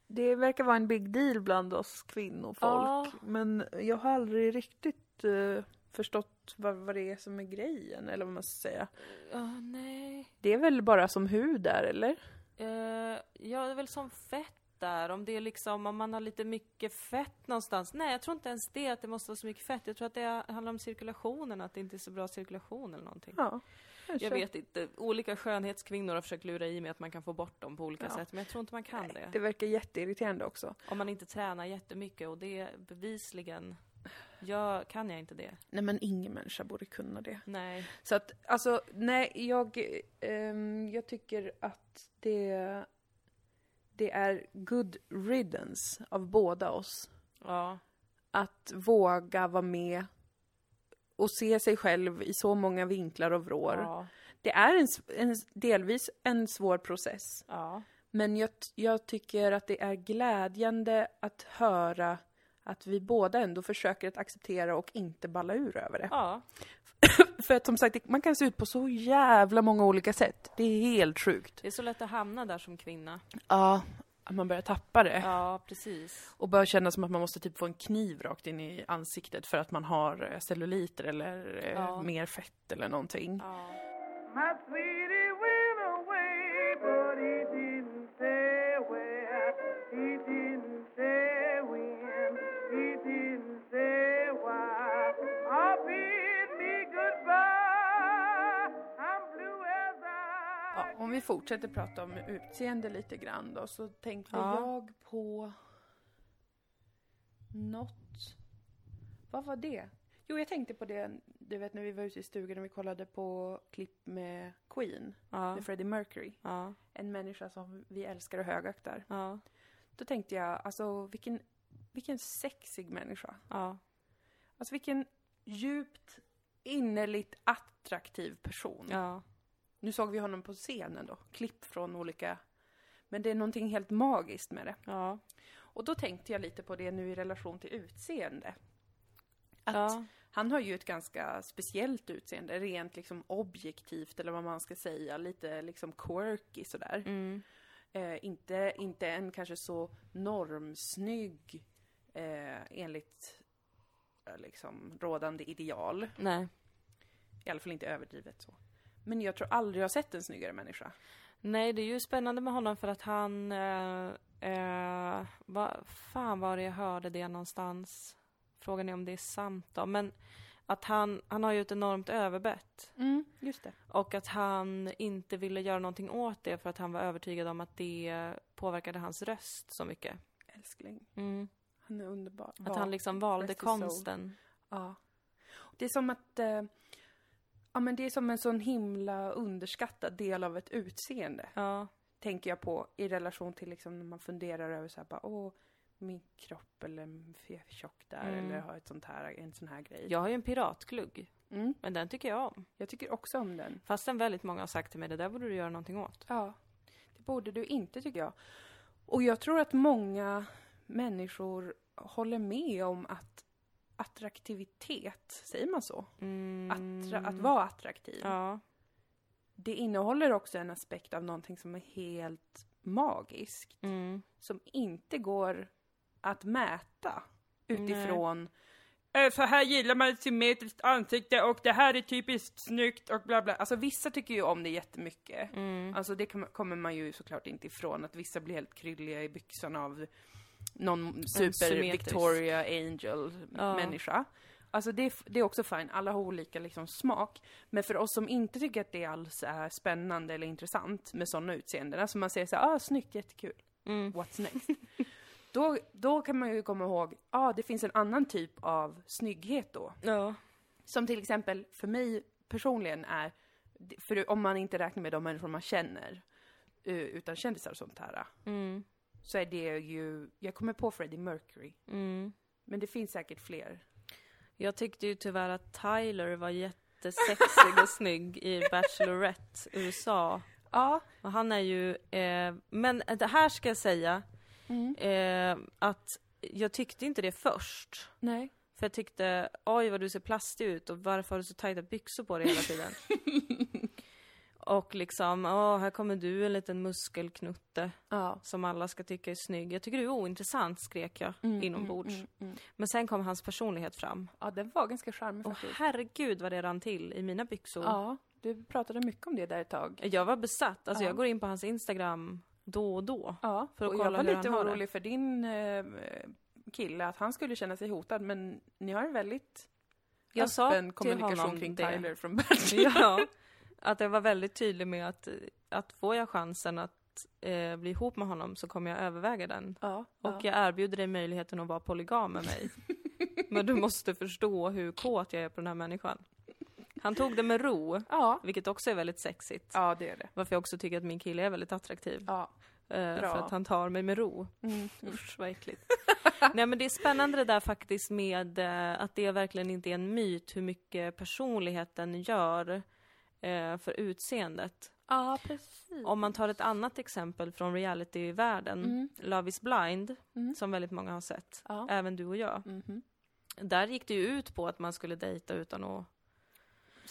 B: Det verkar vara en big deal bland oss kvinnofolk.
A: Ja.
B: Men jag har aldrig riktigt eh, förstått vad, vad det är som är grejen, eller vad man ska säga.
A: Ja, nej.
B: Det är väl bara som hud där, eller?
A: Eh, ja, det är väl som fett där. Om det är liksom, om man har lite mycket fett någonstans. Nej, jag tror inte ens det, att det måste vara så mycket fett. Jag tror att det handlar om cirkulationen, att det inte är så bra cirkulation eller någonting.
B: Ja.
A: Jag vet inte. Olika skönhetskvinnor har försökt lura i mig att man kan få bort dem på olika
B: Ja.
A: sätt, men jag tror inte man kan det.
B: Det verkar jätteirriterande också.
A: Om man inte tränar jättemycket och det bevisligen jag, kan jag inte det.
B: Nej men ingen människa borde kunna det.
A: Nej.
B: Så att, alltså, nej, jag, ehm, jag tycker att det, det är good riddance av båda oss.
A: Ja.
B: Att våga vara med och se sig själv i så många vinklar och vrår.
A: Ja.
B: Det är en, s- en, s- delvis en svår process.
A: ja.
B: Men jag, t- jag tycker att det är glädjande att höra att vi båda ändå försöker att acceptera och inte balla ur över det.
A: Ja.
B: För att som sagt, det- man kan se ut på så jävla många olika sätt. Det är helt sjukt.
A: Det är så lätt att hamna där som kvinna.
B: Ja, att man börjar tappa det.
A: Ja, precis.
B: Och börjar känna som att man måste typ få en kniv rakt in i ansiktet för att man har eh, celluliter eller eh,
A: Ja.
B: mer fett eller någonting.
A: Ja.
C: My sweetie went away, but he didn't say where. He didn't say when. He didn't say why. I bid me goodbye. I'm blue as I.
B: Ja, om vi fortsätter prata om utseende lite grann då, så tänkte
A: Ja.
B: jag på något. Vad var det? Jo, jag tänkte på det, du vet när vi var ute i stugan och vi kollade på klipp med Queen,
A: Ja.
B: med Freddie Mercury.
A: Ja.
B: En människa som vi älskar och högaktar.
A: Ja.
B: Då tänkte jag, alltså vilken, vilken sexig människa.
A: Ja.
B: Alltså vilken djupt innerligt attraktiv person.
A: Ja.
B: Nu såg vi honom på scenen då, klipp från olika... Men det är någonting helt magiskt med det.
A: Ja.
B: Och då tänkte jag lite på det nu i relation till utseende. Att
A: Ja.
B: han har ju ett ganska speciellt utseende, rent liksom objektivt eller vad man ska säga, lite liksom quirky sådär.
A: Mm.
B: Eh, inte, inte en kanske så normsnygg eh, enligt eh, liksom rådande ideal.
A: Nej.
B: I alla fall inte överdrivet så. Men jag tror aldrig jag har sett en snyggare människa.
A: Nej, det är ju spännande med honom för att han... Eh, eh, vad fan var det jag hörde det någonstans? Frågan är om det är sant då. Men att han, han har ju ett enormt överbett.
B: Mm, just det.
A: Och att han inte ville göra någonting åt det för att han var övertygad om att det påverkade hans röst så mycket.
B: Älskling.
A: Mm.
B: Han är underbar.
A: Att han liksom valde
B: Rest his soul.
A: konsten.
B: Ja. Det är som att... Eh, ja, men det är som en sån himla underskattad del av ett utseende.
A: Ja,
B: Tänker jag på i relation till liksom när man funderar över så här bara, åh, min kropp eller för jag är för tjock där
A: Mm.
B: eller har ett sånt här, en sån här grej.
A: jag har ju en piratglugg,
B: Mm.
A: men den tycker jag om.
B: Jag tycker också om den.
A: Fastän väldigt många har sagt till mig, det där borde du göra någonting åt.
B: Ja. Det borde du inte tycker jag. Och jag tror att många människor håller med om att attraktivitet, säger man så?
A: Mm.
B: Attra- att vara attraktiv.
A: Ja,
B: Det innehåller också en aspekt av någonting som är helt magiskt.
A: mm.
B: Som inte går att mäta utifrån "Eh, så här gillar man ett symmetriskt ansikte och det här är typiskt snyggt och bla bla. Alltså vissa tycker ju om det jättemycket.
A: Mm.
B: Alltså det kan- kommer man ju såklart inte ifrån att vissa blir helt krylliga i byxorna av någon super
A: symmetrisk.
B: Victoria Angel
A: Ja.
B: människa. Alltså det, är f- det är också fine, alla har olika liksom smak. Men för oss som inte tycker att det alls är spännande eller intressant med sådana utseenden, alltså man säger så här, ah snyggt, jättekul,
A: Mm.
B: what's next? då, då kan man ju komma ihåg, ah det finns en annan typ av snygghet då.
A: Ja.
B: Som till exempel för mig personligen är, för om man inte räknar med de människor man känner, eh, utan kändisar och sånt här,
A: Mm.
B: så är det ju, jag kommer på Freddie Mercury,
A: Mm.
B: men det finns säkert fler.
A: Jag tyckte ju tyvärr att Tyler var jättesexig och snygg i Bachelorette USA.
B: Ja,
A: Och han är ju, eh, men det här ska jag säga
B: Mm.
A: eh, att jag tyckte inte det först.
B: nej.
A: För jag tyckte, oj vad du ser plastig ut och varför har du så tajta byxor på dig hela tiden? och liksom, åh här kommer du en liten muskelknutte
B: Ja.
A: som alla ska tycka är snygg. Jag tycker du är ointressant, skrek jag
B: Mm,
A: inombords. Men sen kom hans personlighet fram.
B: ja, den var ganska charmig
A: Och
B: faktiskt.
A: herregud vad det rann till i mina byxor.
B: Ja, du pratade mycket om det där ett tag.
A: Jag var besatt. Alltså
B: Ja.
A: jag går in på hans Instagram då och då.
B: Ja,
A: För att
B: och jag
A: kolla
B: var
A: hur
B: lite
A: han har det.
B: orolig för din eh, kille, att han skulle känna sig hotad, men ni har en väldigt
A: Jag sa
B: öppen
A: till honom
B: kommunikation kring
A: det.
B: Tyler från Bachelor.
A: Ja. Att jag var väldigt tydlig med att, att får jag chansen att eh, bli ihop med honom så kommer jag överväga den.
B: Ja,
A: Och jag erbjuder dig möjligheten att vara polygam med mig. Men du måste förstå hur kåt jag är på den här människan. Han tog det med ro,
B: ja.
A: vilket också är väldigt sexigt.
B: ja det är det.
A: Varför jag också tycker att min kille är väldigt attraktiv.
B: Ja.
A: Eh,
B: Bra. Mm,
A: För att han tar mig med ro. Usch vad äckligt. Nej men det är spännande det där faktiskt med eh, att det verkligen inte är en myt hur mycket personligheten gör eh, för utseendet.
B: ja, precis.
A: Om man tar ett annat exempel från realityvärlden, Love is blind, som väldigt många har sett,
B: Mm. Ja. Mm-hmm.
A: även du och jag. Där gick det ju ut på att man skulle dejta utan att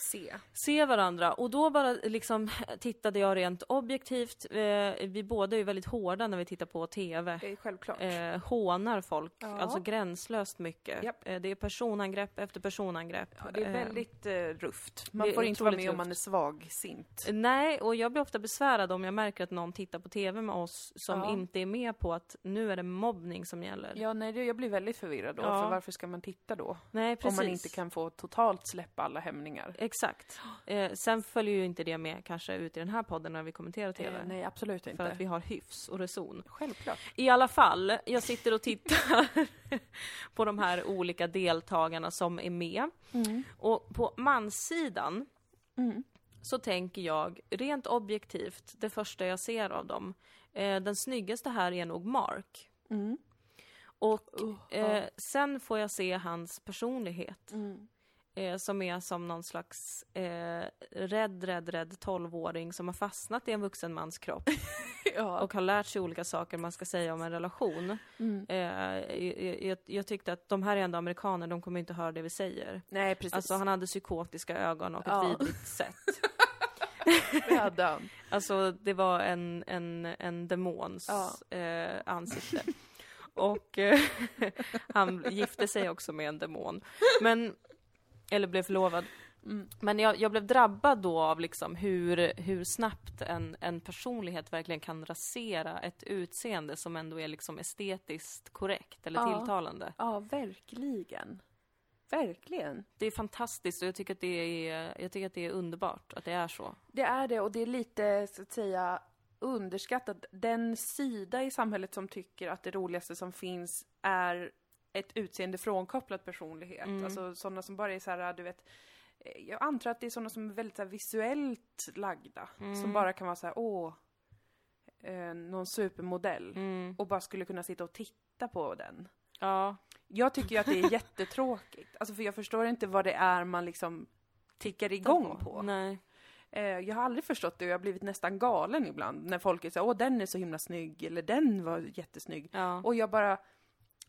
B: Se.
A: se varandra och då bara liksom tittade jag rent objektivt. Eh, vi båda är ju väldigt hårda när vi tittar på TV.
B: Det är självklart.
A: Eh, hånar folk,
B: Ja.
A: alltså gränslöst mycket.
B: Japp.
A: Eh, det är personangrepp efter personangrepp.
B: Ja, det är
A: Eh,
B: väldigt eh, rufft. Man
A: det är
B: får inte vara med
A: otroligt
B: om man är svagsint.
A: Nej, och jag blir ofta besvärad om jag märker att någon tittar på TV med oss som
B: Ja.
A: inte är med på att nu är det mobbning som gäller.
B: Ja, nej, det- jag blir väldigt förvirrad då.
A: Ja.
B: För varför ska man titta då?
A: Nej, precis.
B: Om man inte kan få totalt släppa alla hämningar.
A: Exakt. Eh, sen följer ju inte det med kanske ut i den här podden när vi kommenterar TV.
B: Eh, nej, absolut
A: för
B: inte.
A: att vi har hyfs och reson.
B: Självklart.
A: I alla fall, jag sitter och tittar på de här olika deltagarna som är med. Och på manssidan så tänker jag, rent objektivt, det första jag ser av dem, eh, den snyggaste här är nog Mark. Och eh, sen får jag se hans personlighet. Eh, som är som någon slags eh, rädd, rädd, rädd 12-åring som har fastnat i en vuxen mans kropp
B: Ja.
A: och har lärt sig olika saker man ska säga om en relation.
B: Mm.
A: Eh, jag, jag, jag tyckte att de här är ändå amerikaner, de kommer inte höra det vi säger.
B: Nej, precis.
A: Alltså han hade psykotiska ögon och ett
B: Ja.
A: vidrigt sätt.
B: det hade han.
A: Alltså det var en, en, en demons
B: Ja.
A: eh, ansikte. Och eh, han gifte sig också med en demon. Men, eller blev förlovad.
B: Mm.
A: Men jag, jag blev drabbad då av liksom hur, hur snabbt en, en personlighet verkligen kan rasera ett utseende som ändå är liksom estetiskt korrekt eller
B: Ja.
A: tilltalande.
B: Ja, verkligen. Verkligen.
A: Det är fantastiskt och jag tycker, att det är, jag tycker att det är underbart att det är så.
B: Det är det och det är lite så att säga underskattat. Den sida i samhället som tycker att det roligaste som finns är ett utseende frånkopplat personlighet. Alltså sådana som bara är så här, du vet. eh, Jag antar att det är sådana som är väldigt så här, visuellt lagda. Som bara kan vara så här, åh. Eh, någon supermodell. Och bara skulle kunna sitta och titta på den.
A: Ja,
B: Jag tycker ju att det är jättetråkigt. Alltså för jag förstår inte vad det är man liksom tickar igång på.
A: Nej.
B: Eh, jag har aldrig förstått det och jag har blivit nästan galen ibland när folk är så här, åh den är så himla snygg eller den var jättesnygg.
A: Ja.
B: Och jag bara,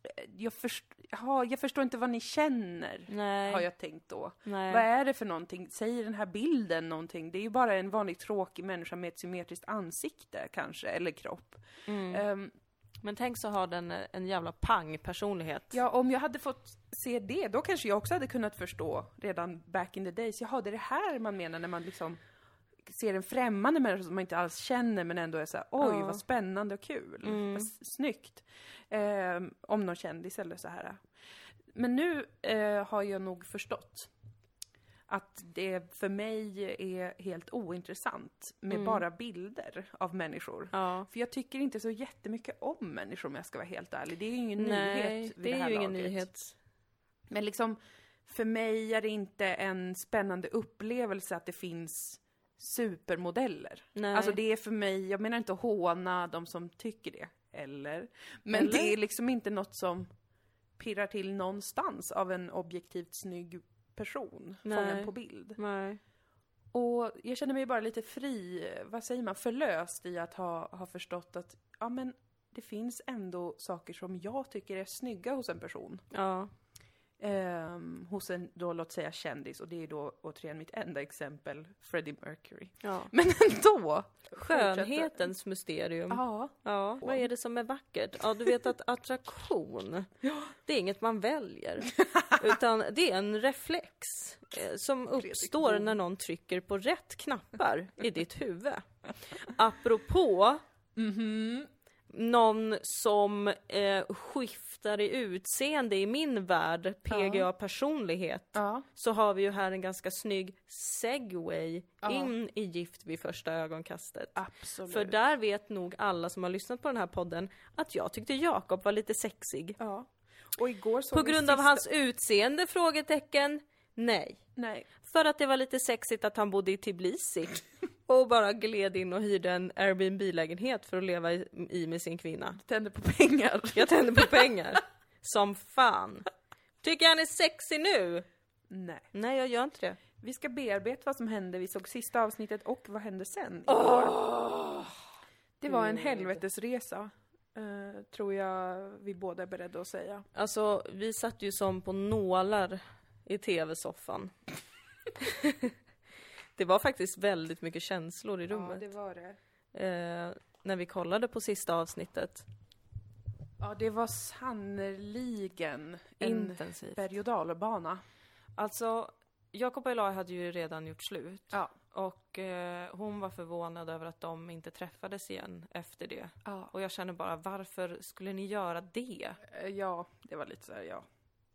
B: eh, jag, först, ja, jag förstår inte vad ni känner,
A: Nej.
B: har jag tänkt då.
A: Nej.
B: Vad är det för någonting? Säger den här bilden någonting? Det är ju bara en vanlig tråkig människa med ett symmetriskt ansikte kanske, eller kropp.
A: Mm.
B: Ehm,
A: Men tänk så har den eh, en jävla pang-personlighet.
B: Ja, om jag hade fått se det, då kanske jag också hade kunnat förstå redan back in the days. Jaha, det är det här man menar när man liksom ser en främmande människa som man inte alls känner men ändå är såhär, oj vad spännande och kul, vad s- snyggt. Ehm, om någon kändis eller så här. Men nu eh, har jag nog förstått att det för mig är helt ointressant med bara bilder av människor.
A: Ja.
B: För jag tycker inte så jättemycket om människor om jag ska vara helt ärlig. Det är ju ingen
A: Nej,
B: nyhet vid
A: det är
B: här
A: ju ingen
B: laget.
A: nyhet.
B: Men liksom, för mig är det inte en spännande upplevelse att det finns supermodeller.
A: Nej.
B: Alltså det är för mig, jag menar inte att håna de som tycker det, eller? Men
A: Eller?
B: det är liksom inte något som pirrar till någonstans av en objektivt snygg person, fången
A: Nej.
B: på bild.
A: Nej.
B: Och jag känner mig bara lite fri, vad säger man, förlöst i att ha, ha förstått att, ja men, det finns ändå saker som jag tycker är snygga hos en person
A: Ja.
B: ehm, hos en, då låt säga kändis, och det är då återigen mitt enda exempel, Freddie Mercury.
A: ja.
B: Men ändå! fortsätter-
A: Skönhetens mysterium.
B: Ja.
A: Ja, vad är det som är vackert? Ja, du vet att attraktion, det är inget man väljer. Utan det är en reflex eh, som uppstår när någon trycker på
B: Mm-hmm.
A: rätt knappar i ditt huvud. Apropå någon som eh, skiftar i utseende i min värld, PGA personlighet,
B: Ja.
A: så har vi ju här en ganska snygg segway
B: Ja.
A: in i Gift vid första ögonkastet.
B: Absolut.
A: För där vet nog alla som har lyssnat på den här podden att jag tyckte Jakob var lite sexig.
B: Ja. Och igår såg
A: På
B: vi
A: grund av
B: sista-
A: hans utseende? Frågetecken. Nej.
B: Nej.
A: För att det var lite sexigt att han bodde i Tbilisi och bara gled in och hyrde en Airbnb-lägenhet för att leva i- i med sin kvinna.
B: Tände på pengar.
A: Jag tände på pengar. Som fan. Tycker han är sexig nu?
B: Nej.
A: Nej, jag gör inte det.
B: Vi ska bearbeta vad som hände. Vi såg sista avsnittet och vad hände sen. Det var en helvetesresa. eh, tror jag vi båda är beredda att säga.
A: Alltså, vi satt ju som på nålar i tv-soffan. det var faktiskt väldigt mycket känslor i
B: Ja,
A: rummet.
B: det var det.
A: eh, när vi kollade på sista avsnittet.
B: Ja, det var sannerligen en
A: Intensivt.
B: berg och dalbana.
A: Alltså, Jakob och Eloy hade ju redan gjort slut.
B: Ja.
A: Och eh, hon var förvånad över att de inte träffades igen efter det.
B: Ja.
A: Och jag känner bara, varför skulle ni göra det?
B: Eh, Ja, det var lite så här, ja.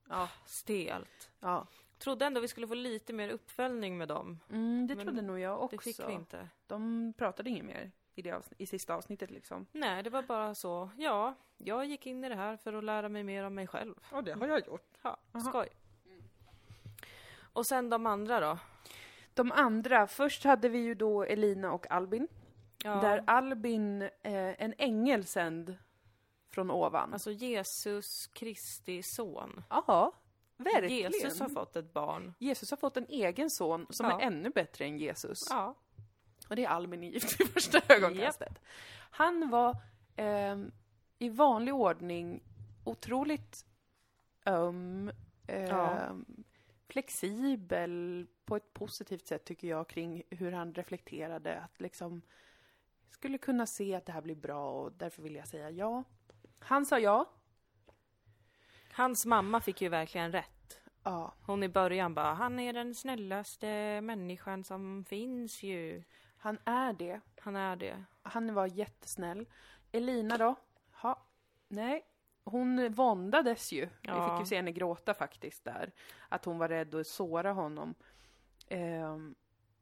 A: Ja, stelt.
B: ja.
A: Trodde ändå vi skulle få lite mer uppföljning med dem.
B: Mm, det
A: Men
B: trodde nog jag också.
A: Det fick vi inte.
B: De pratade inget mer i, det avsn- i sista avsnittet liksom.
A: Nej, det var bara så. Ja, jag gick in i det här för att lära mig mer om mig själv.
B: Ja, det har jag gjort.
A: Ja, skoj. Och sen de andra då?
B: De andra, först hade vi ju då Elina och Albin.
A: Ja,
B: Där Albin, eh, en ängel sänd från ovan.
A: Alltså Jesus Kristi son.
B: ja, verkligen.
A: Jesus har fått ett barn.
B: Jesus har fått en egen son som
A: Ja.
B: är ännu bättre än Jesus.
A: Ja.
B: Och det är Albin i Gift i första ögonkastet. Han var ehm, i vanlig ordning otroligt öm, ehm,
A: Ja.
B: flexibel på ett positivt sätt tycker jag kring hur han reflekterade att liksom skulle kunna se att det här blir bra och därför vill jag säga ja. Han sa ja.
A: Hans mamma fick ju verkligen rätt.
B: Ja.
A: Hon i början bara, han är den snällaste människan som finns ju.
B: Han är det.
A: Han är det.
B: Han var jättesnäll. Elina då? Ha. Nej. Hon våndades ju. Vi
A: Ja.
B: fick ju se henne gråta faktiskt där. Att hon var rädd att såra honom. Ehm,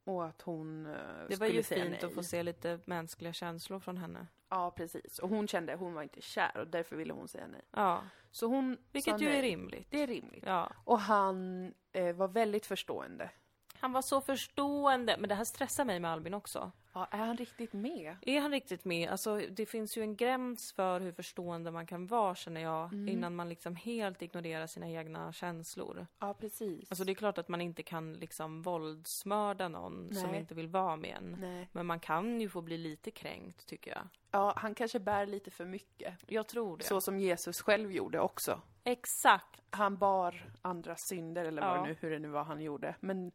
B: och att hon eh,
A: Det var
B: skulle
A: ju
B: säga
A: fint
B: nej.
A: att få se lite mänskliga känslor från henne.
B: Ja, precis. Och hon kände att hon var inte kär och därför ville hon säga nej.
A: Ja,
B: Så hon sa
A: vilket ju
B: nej.
A: är rimligt.
B: Det är rimligt.
A: Ja.
B: Och han eh, var väldigt förstående.
A: Han var så förstående. Men det här stressar mig med Albin också.
B: Ja, är han riktigt med?
A: Är han riktigt med? Alltså, det finns ju en gräns för hur förstående man kan vara känner jag.
B: Mm.
A: Innan man liksom helt ignorerar sina egna känslor.
B: Ja, precis.
A: Alltså det är klart att man inte kan liksom våldsmörda någon som
B: Nej.
A: inte vill vara med en.
B: Nej.
A: Men man kan ju få bli lite kränkt tycker jag.
B: Ja, han kanske bär lite för mycket.
A: Jag tror det.
B: Så som Jesus själv gjorde också.
A: Exakt.
B: han bar andra synder eller vad
A: Ja.
B: det nu, hur det nu var han gjorde. Men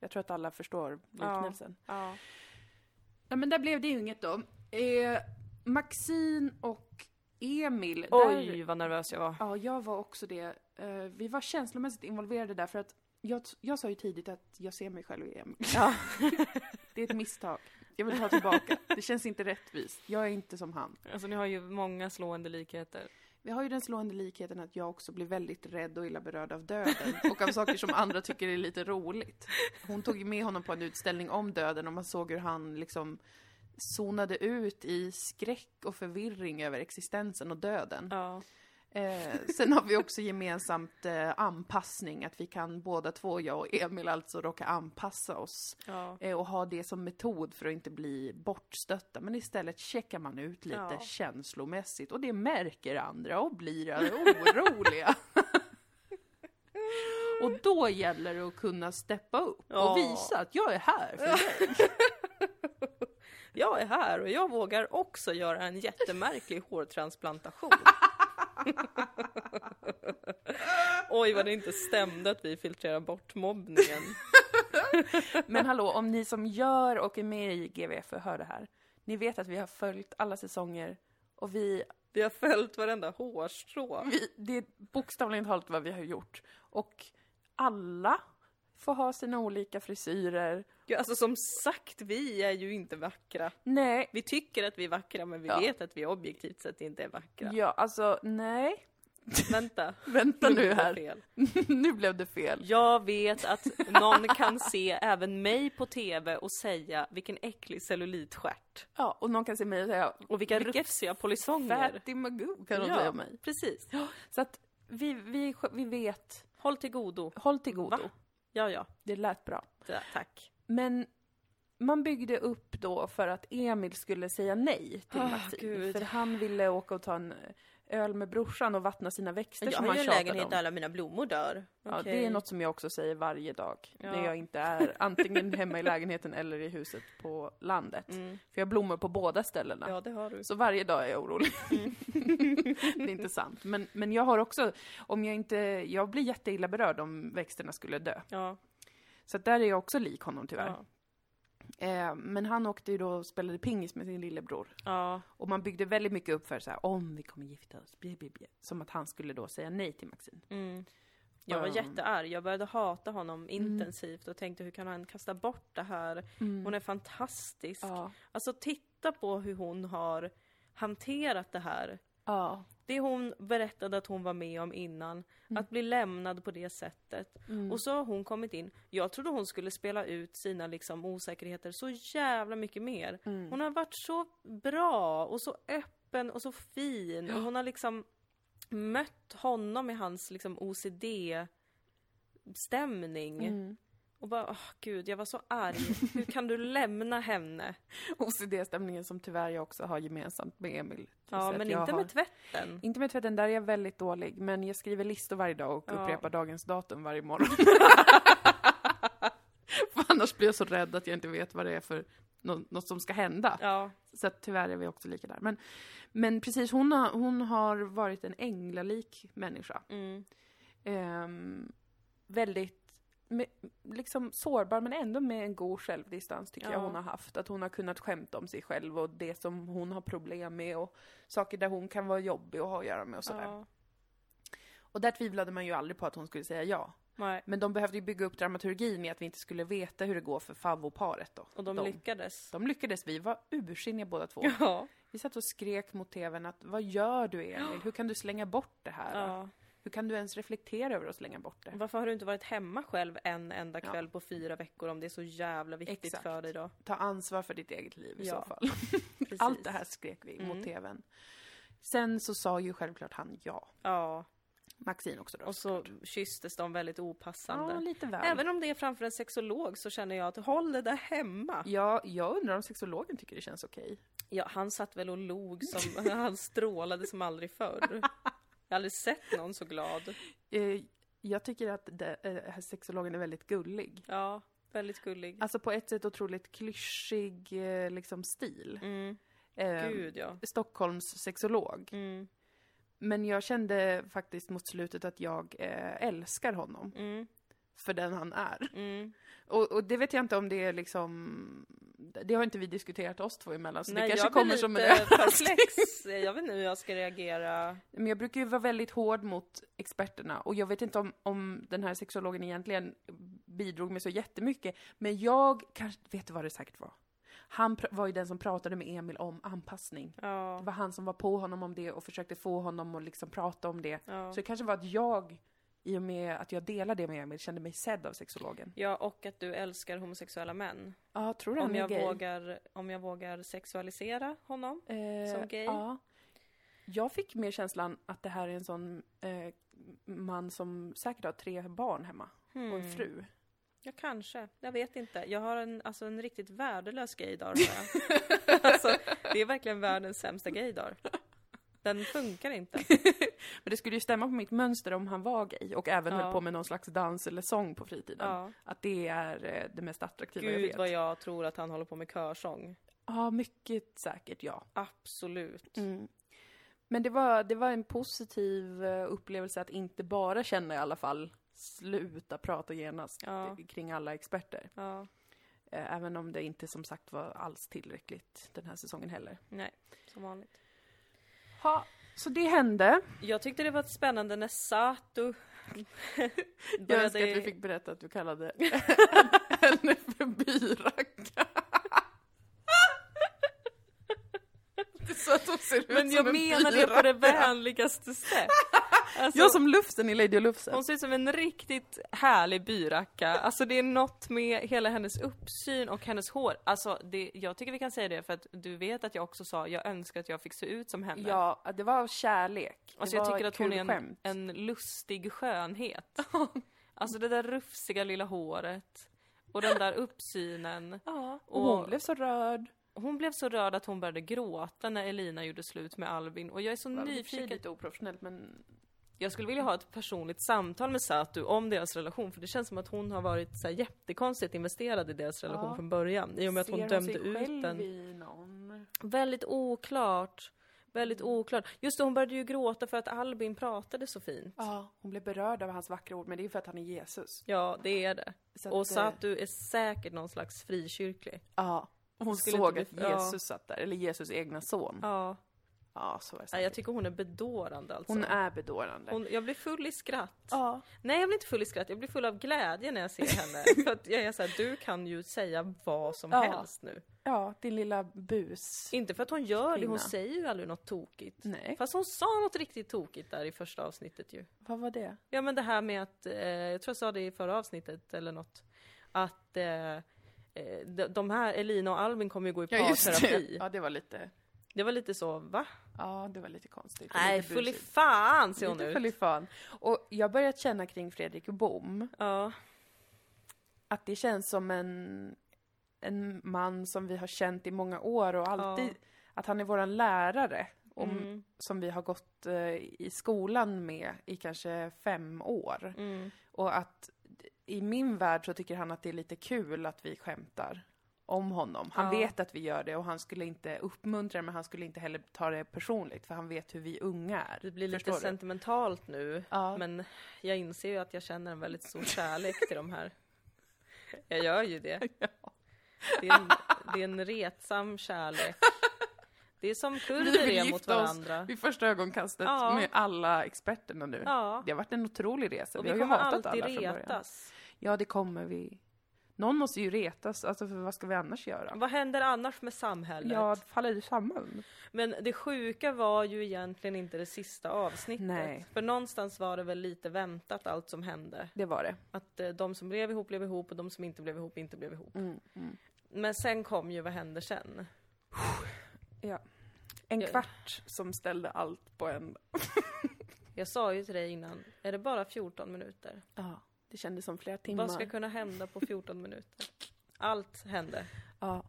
B: jag tror att alla förstår liknelsen. Ja.
A: Ja.
B: men där blev det ju inget då. Eh, Maxine och Emil. Där,
A: Oj vad nervös jag var.
B: Ja, jag var också det. Eh, vi var känslomässigt involverade där för att jag, t- jag sa ju tidigt att jag ser mig själv i Emil. det är ett misstag. Jag vill ta tillbaka. Det känns inte rättvist. Jag är inte som han.
A: Alltså ni har ju många slående likheter.
B: Vi har ju den slående likheten att jag också blir väldigt rädd och illa berörd av döden och av saker som andra tycker är lite roligt. Hon tog ju med honom på en utställning om döden och man såg hur han liksom zonade ut i skräck och förvirring över existensen och döden.
A: Ja.
B: Eh, sen har vi också gemensamt eh, anpassning, att vi kan båda två, jag och Emil alltså, råka anpassa oss
A: ja.
B: eh, och ha det som metod för att inte bli bortstötta. Men istället checkar man ut lite
A: Ja.
B: känslomässigt och det märker andra och blir oroliga. och då gäller det att kunna steppa upp
A: Ja.
B: och visa att jag är här för dig.
A: Jag är här och jag vågar också göra en jättemärklig hårtransplantation. Oj vad det inte stämde att vi filtrerar bort mobbningen.
B: Men hallå, om ni som gör och är med i GVF och hör det här, ni vet att vi har följt alla säsonger och vi,
A: Vi har följt varenda hårstrå.
B: vi det är bokstavligen talat vad vi har gjort. Och alla får ha sina olika frisyrer.
A: Ja, alltså som sagt, vi är ju inte vackra.
B: Nej.
A: Vi tycker att vi är vackra, men vi
B: Ja.
A: vet att vi objektivt sett inte är vackra.
B: Ja, alltså nej.
A: Vänta.
B: Vänta nu
A: blev det
B: här.
A: fel.
B: nu blev det fel.
A: Jag vet att någon kan se även mig på TV och säga vilken äcklig cellulitstjärt.
B: Ja, och någon kan se mig och säga
A: Och vilka
B: Vilket
A: rufsiga polisonger.
B: Fatty Magoo kan de
A: Ja.
B: säga om mig.
A: Precis.
B: Så att vi, vi, vi vet,
A: Håll till godo.
B: håll till godo.
A: Va? Ja, ja.
B: Det lät bra.
A: Ja, Tack.
B: Men man byggde upp då för att Emil skulle säga nej till
A: Ah,
B: Martin.
A: gud.
B: För han ville åka och ta en eh, öl med brorsan och vattna sina växter
A: Jag
B: som
A: har
B: han
A: ju en
B: tjatade
A: lägenhet
B: om.
A: där alla mina blommor dör.
B: Ja, det
A: Okej.
B: är något som jag också säger varje dag när
A: Ja.
B: jag inte är antingen hemma i lägenheten eller i huset på landet.
A: Mm.
B: För jag blommar på båda ställena.
A: Ja, det har du.
B: Så varje dag är jag orolig.
A: Mm.
B: det är inte sant. Men, men jag har också, om jag inte, jag blir jätteilla berörd om växterna skulle dö.
A: Ja,
B: Så att där är jag också lik honom tyvärr.
A: ja.
B: Eh, men han åkte ju då och spelade pingis med sin lillebror.
A: ja.
B: Och man byggde väldigt mycket upp för så här, om vi kommer gifta oss, bli, bli, bli. Som att han skulle då säga nej till Maxine.
A: Mm. Jag var
B: Um.
A: jättearg, jag började hata
B: Mm.
A: honom intensivt och tänkte hur kan han kasta bort det här? Hon är fantastisk.
B: Mm. Ja.
A: Alltså titta på hur hon har hanterat det här.
B: Ja.
A: Det hon berättade att hon var med om innan,
B: Mm.
A: att bli lämnad på det sättet. Och så har hon kommit in. Jag trodde hon skulle spela ut sina liksom, osäkerheter så jävla mycket mer.
B: Mm.
A: Hon har varit så bra och så öppen och så fin. Och hon har liksom mött honom i hans liksom, OCD-stämning.
B: Mm.
A: Och bara, åh gud, jag var så arg. Hur kan du lämna henne?
B: OCD-stämningen som tyvärr jag också har gemensamt med Emil.
A: Ja,
B: Så att
A: men
B: jag
A: inte
B: har-
A: med tvätten.
B: Inte med tvätten, där är jag väldigt dålig. Men jag skriver listor varje dag och
A: Ja.
B: upprepar dagens datum varje morgon. för annars blir jag så rädd att jag inte vet vad det är för nå- något som ska hända.
A: Ja,
B: Så att tyvärr är vi också lika där. Men, men precis, hon har, hon har varit en änglalik människa.
A: mm.
B: Ehm, väldigt med, liksom sårbar men ändå med en god självdistans tycker jag
A: Ja.
B: hon har haft. Att hon har kunnat skämta om sig själv och det som hon har problem med och saker där hon kan vara jobbig och ha att göra med och sådär.
A: ja.
B: Och där tvivlade man ju aldrig på att hon skulle säga ja.
A: Nej.
B: Men de behövde ju bygga upp dramaturgin i att vi inte skulle veta hur det går för favvoparet då.
A: Och de, lyckades.
B: de lyckades, vi var ursinniga båda två.
A: Ja.
B: Vi satt och skrek mot tvn att vad gör du Emil? Hur kan du slänga bort det här?
A: ja.
B: Hur kan du ens reflektera över att slänga bort det?
A: Varför har du inte varit hemma själv en enda
B: Ja.
A: kväll på fyra veckor om det är så jävla viktigt
B: Exakt.
A: för dig då?
B: Ta ansvar för ditt eget liv i
A: Ja,
B: så fall.
A: Precis.
B: Allt det här skrek vi mot
A: Mm.
B: tvn. Sen så sa ju självklart han ja.
A: Ja.
B: Maxine också då.
A: Och så kysstes de väldigt opassande.
B: ja, lite väl.
A: Även om det är framför en sexolog så känner jag att håll det där hemma.
B: Ja, jag undrar om sexologen tycker det känns okej.
A: Ja, han satt väl och log som, han strålade som aldrig förr. Jag har aldrig sett någon så glad.
B: Eh, jag tycker att det, eh, sexologen är väldigt gullig.
A: Ja, väldigt gullig.
B: Alltså på ett sätt otroligt klyschig eh, liksom stil.
A: Mm.
B: Eh,
A: Gud ja.
B: Stockholms sexolog.
A: Mm.
B: Men jag kände faktiskt mot slutet att jag eh, älskar honom
A: Mm.
B: för den han är.
A: Mm.
B: Och, och det vet jag inte om det är liksom... Det har inte vi diskuterat oss två emellan, så
A: Nej,
B: det kanske
A: jag blir
B: kommer som en
A: lite
B: överraskning.
A: perplex. Jag vet inte hur jag ska reagera.
B: Men jag brukar ju vara väldigt hård mot experterna och jag vet inte om, om den här sexologen egentligen bidrog med så jättemycket. Men jag kanske... Vet du vad det säkert var? Han pr- var ju den som pratade med Emil om anpassning. Det
A: Ja.
B: var han som var på honom om det och försökte få honom att liksom prata om det.
A: ja.
B: Så det kanske var att jag, i och med att jag delar det med Emil, kände mig sedd av sexologen.
A: Ja, och att du älskar homosexuella män.
B: Ja, tror du
A: Om
B: han är
A: jag,
B: gay?
A: vågar, om jag vågar sexualisera honom.
B: Eh,
A: som gay?
B: Ja. Jag fick mer känslan att det här är en sån eh, man som säkert har tre barn hemma och
A: Hmm.
B: en fru.
A: Ja, kanske. Jag vet inte. Jag har en, alltså, en riktigt värdelös gaydar. tror jag. alltså, det är verkligen världens sämsta gaydar. Den funkar inte.
B: Men det skulle ju stämma på mitt mönster om han var gay och även
A: Ja.
B: höll på med någon slags dans eller sång på fritiden.
A: Ja.
B: Att det är eh, det mest attraktiva jag
A: Gud
B: vet.
A: vad jag tror att han håller på med körsång.
B: Ja, mycket säkert ja.
A: Absolut.
B: Men det var, det var en positiv eh, upplevelse att inte bara känna i alla fall sluta prata genast
A: Ja.
B: eh, kring alla experter.
A: Ja,
B: Eh, Även om det inte som sagt var alls tillräckligt den här säsongen heller.
A: nej, som vanligt.
B: Ha, så det hände.
A: Jag tyckte det var spännande när Sato
B: Jag
A: Började
B: önskar att
A: i-
B: vi fick berätta att du kallade henne för byracka. Det är så att hon ser ut
A: Men
B: som
A: jag
B: en
A: menar det på det
B: byracka.
A: vänligaste sätt. Alltså,
B: Jag som Lufsen i Lady och Lufsen.
A: Hon ser ut som en riktigt härlig byracka. Alltså det är något med hela hennes uppsyn och hennes hår. Alltså det, jag tycker vi kan säga det för att du vet att jag också sa jag önskar att jag fick se ut som henne.
B: Ja, det var av kärlek.
A: alltså jag tycker att hon är en, en lustig skönhet. alltså det där rufsiga lilla håret och den där uppsynen.
B: Ja, och
A: och-
B: hon blev så rörd.
A: Hon blev så rörd att hon började gråta när Elina gjorde slut med Alvin och jag är så
B: Det var väl i och för sig
A: nyfiken.
B: lite oprofessionellt men...
A: Jag skulle vilja ha ett personligt samtal med Satu om deras relation för det känns som att hon har varit så här jättekonstigt investerad i deras relation
B: Ja.
A: från början i och med att hon
B: Ser
A: dömde
B: sig
A: ut
B: själv
A: den.
B: i någon?
A: Väldigt oklart. Väldigt
B: Mm.
A: oklart. Just det, hon började ju gråta för att Albin pratade så fint.
B: Ja, hon blev berörd av hans vackra ord men det är för att han är Jesus.
A: Ja, det är det.
B: Så
A: och
B: att, eh,
A: Satu är säkert någon slags frikyrklig.
B: Ja. Hon
A: Skulle
B: såg
A: inte
B: att
A: bli- ja.
B: Jesus satt där, eller Jesus egna son. Ja,
A: Ja.
B: så var det
A: Nej,
B: säkert.
A: jag tycker hon är bedårande alltså.
B: Hon är bedårande.
A: Hon, jag blir full i skratt.
B: Ja.
A: Nej jag blir inte full i skratt, jag blir full av glädje när jag ser henne. För att jag är såhär, du kan ju säga vad som
B: Ja.
A: helst nu.
B: ja, din lilla bus.
A: Inte för att hon gör det, hon
B: Kvinna.
A: säger ju aldrig något tokigt.
B: Nej,
A: Fast hon sa något riktigt tokigt där i första avsnittet ju.
B: vad var det?
A: Ja men det här med att, eh, jag tror jag sa det i förra avsnittet eller något. Att eh, eh, de, de här, Elina och Albin kommer ju gå i parterapi.
B: Ja, det var lite...
A: Det var lite så, va?
B: Ja, det var lite konstigt.
A: Nej,
B: lite
A: full i
B: busigt.
A: fan ser hon
B: Lite
A: ut.
B: full i fan. Och jag börjat känna kring Fredrik Bom
A: Ja,
B: att det känns som en, en man som vi har känt i många år och alltid...
A: Ja.
B: Att han är våran lärare. Om,
A: mm,
B: som vi har gått eh, i skolan med i kanske fem år.
A: mm.
B: Och att i min värld så tycker han att det är lite kul att vi skämtar om honom. Han
A: Ja.
B: vet att vi gör det och han skulle inte uppmuntra det, men han skulle inte heller ta det personligt för han vet hur vi unga är.
A: Det blir lite
B: Förstår du?
A: sentimentalt nu.
B: Ja.
A: Men jag inser ju att jag känner en väldigt stor kärlek till de här. Jag gör ju det. Det är en, det är en retsam kärlek. Det är som kurder
B: vill
A: är mot
B: gifta oss.
A: varandra.
B: Vid första ögonkastet
A: Ja.
B: med alla experterna nu.
A: Ja,
B: Det har varit en otrolig resa.
A: och
B: vi
A: vi
B: har ju
A: kommer
B: hatat
A: alltid
B: alla från början.
A: retas.
B: Ja, det kommer vi. Någon måste ju retas, alltså för vad ska vi annars göra?
A: Vad händer annars med samhället?
B: Ja, faller ju samman.
A: Men det sjuka var ju egentligen inte det sista avsnittet.
B: Nej.
A: För någonstans var det väl lite väntat allt som hände.
B: Det var det.
A: Att eh, de som blev ihop blev ihop och de som inte blev ihop inte blev ihop.
B: Mm, mm.
A: Men sen kom ju Vad händer sen?
B: En
A: Ja.
B: kvart som ställde allt på en.
A: Jag sa ju till dig innan, är det bara 14 minuter?
B: Ja, det kändes som flera timmar.
A: Vad ska kunna hända på 14 minuter? Allt hände.
B: Ja.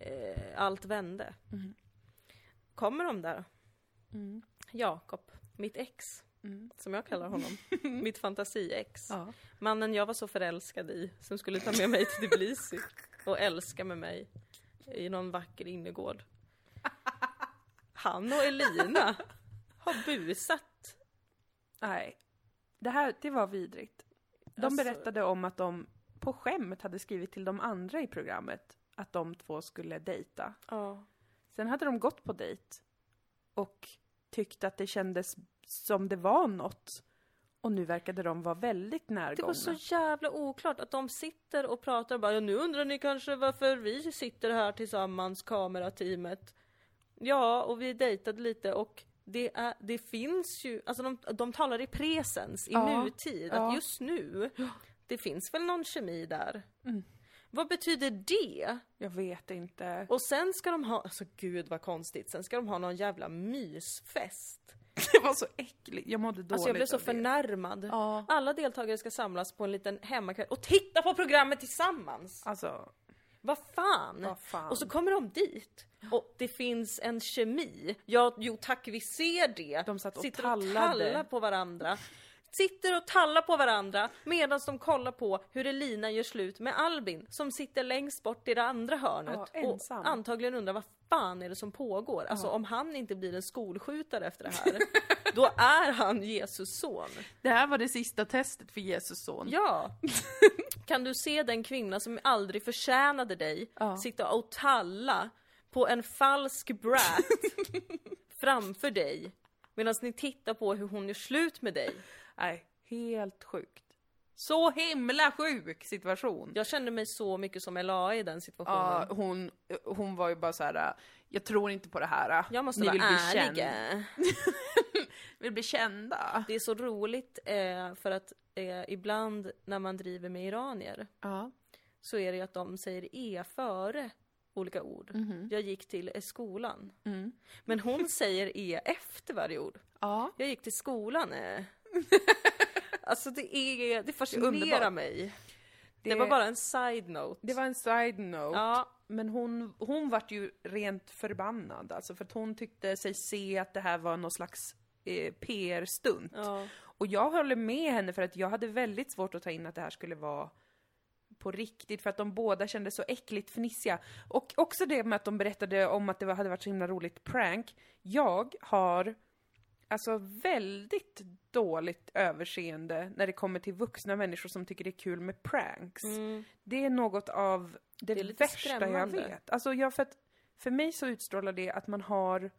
A: Eh, allt vände.
B: Mm.
A: Kommer de där?
B: Mm.
A: Jakob, mitt ex,
B: Mm.
A: som jag kallar honom. mitt fantasiex.
B: Ja.
A: Mannen jag var så förälskad i, som skulle ta med mig till Tbilisi och älska med mig i någon vacker innergård. Han och Elina har busat.
B: Nej. Det här, det var vidrigt. De
A: Alltså-
B: berättade om att de på skämt hade skrivit till de andra i programmet att de två skulle dejta.
A: Ja.
B: Sen hade de gått på dejt och tyckte att det kändes som det var något. Och nu verkade de vara väldigt närgångna.
A: Det var så jävla oklart att de sitter och pratar och bara ja, nu undrar ni kanske varför vi sitter här tillsammans, kamerateamet. Ja, och vi dejtade lite och det, är, det finns ju, alltså de, de talar i presens, i
B: Ja,
A: nutid,
B: ja.
A: att just nu, det finns väl någon kemi där.
B: Mm.
A: Vad betyder det?
B: Jag vet inte.
A: Och sen ska de ha, alltså gud vad konstigt, sen ska de ha någon jävla mysfest.
B: Det var så äckligt. Jag mådde dåligt
A: Alltså jag blev så
B: av det.
A: förnärmad.
B: Ja.
A: Alla deltagare ska samlas på en liten hemmakväll och titta på programmet tillsammans!
B: Alltså,
A: Vad fan!
B: vad fan.
A: Och så kommer de dit och det finns en kemi. Ja, jo tack vi ser det.
B: De satt och
A: Sitter
B: tallade.
A: och tallar på varandra. Sitter och tallar på varandra medan de kollar på hur Elina gör slut med Albin som sitter längst bort i det andra hörnet
B: Ja,
A: och
B: ensam.
A: antagligen undrar vad fan är det som pågår? Alltså om han inte blir en skolskjutare efter det här, då är han Jesus son.
B: Det här var det sista testet för Jesus son.
A: Ja! Kan du se den kvinna som aldrig förtjänade dig
B: Ja.
A: sitta och talla på en falsk brat framför dig medan ni tittar på hur hon gör slut med dig?
B: Nej, helt sjukt. Så himla sjuk situation!
A: Jag kände mig så mycket som LA i den situationen.
B: Ja, hon, hon var ju bara så här. jag tror inte på det här.
A: Jag måste
B: Ni
A: vara
B: vill bli
A: ärlig.
B: känd. vill bli kända.
A: Det är så roligt eh, för att eh, ibland när man driver med iranier
B: Ja.
A: så är det ju att de säger e före olika ord.
B: Mhm.
A: Jag gick till eh, skolan.
B: Mm.
A: Men hon säger e efter varje ord.
B: Ja.
A: Jag gick till skolan. Eh. Alltså det, är, det fascinerar
B: underbart.
A: mig. Det,
B: Det-
A: var bara en side-note.
B: Det var en side note.
A: Ja,
B: Men hon, hon vart ju rent förbannad alltså för att hon tyckte sig se att det här var någon slags eh, PR-stunt.
A: ja.
B: Och jag håller med henne för att jag hade väldigt svårt att ta in att det här skulle vara på riktigt för att de båda kände så äckligt fnissiga. Och också det med att de berättade om att det var- hade varit så himla roligt prank. Jag har alltså väldigt dåligt överseende när det kommer till vuxna människor som tycker det är kul med pranks. Det är något av det,
A: Mm. Det är lite
B: värsta
A: skrämmande.
B: jag vet. Alltså jag, för, att, för mig så utstrålar det att man har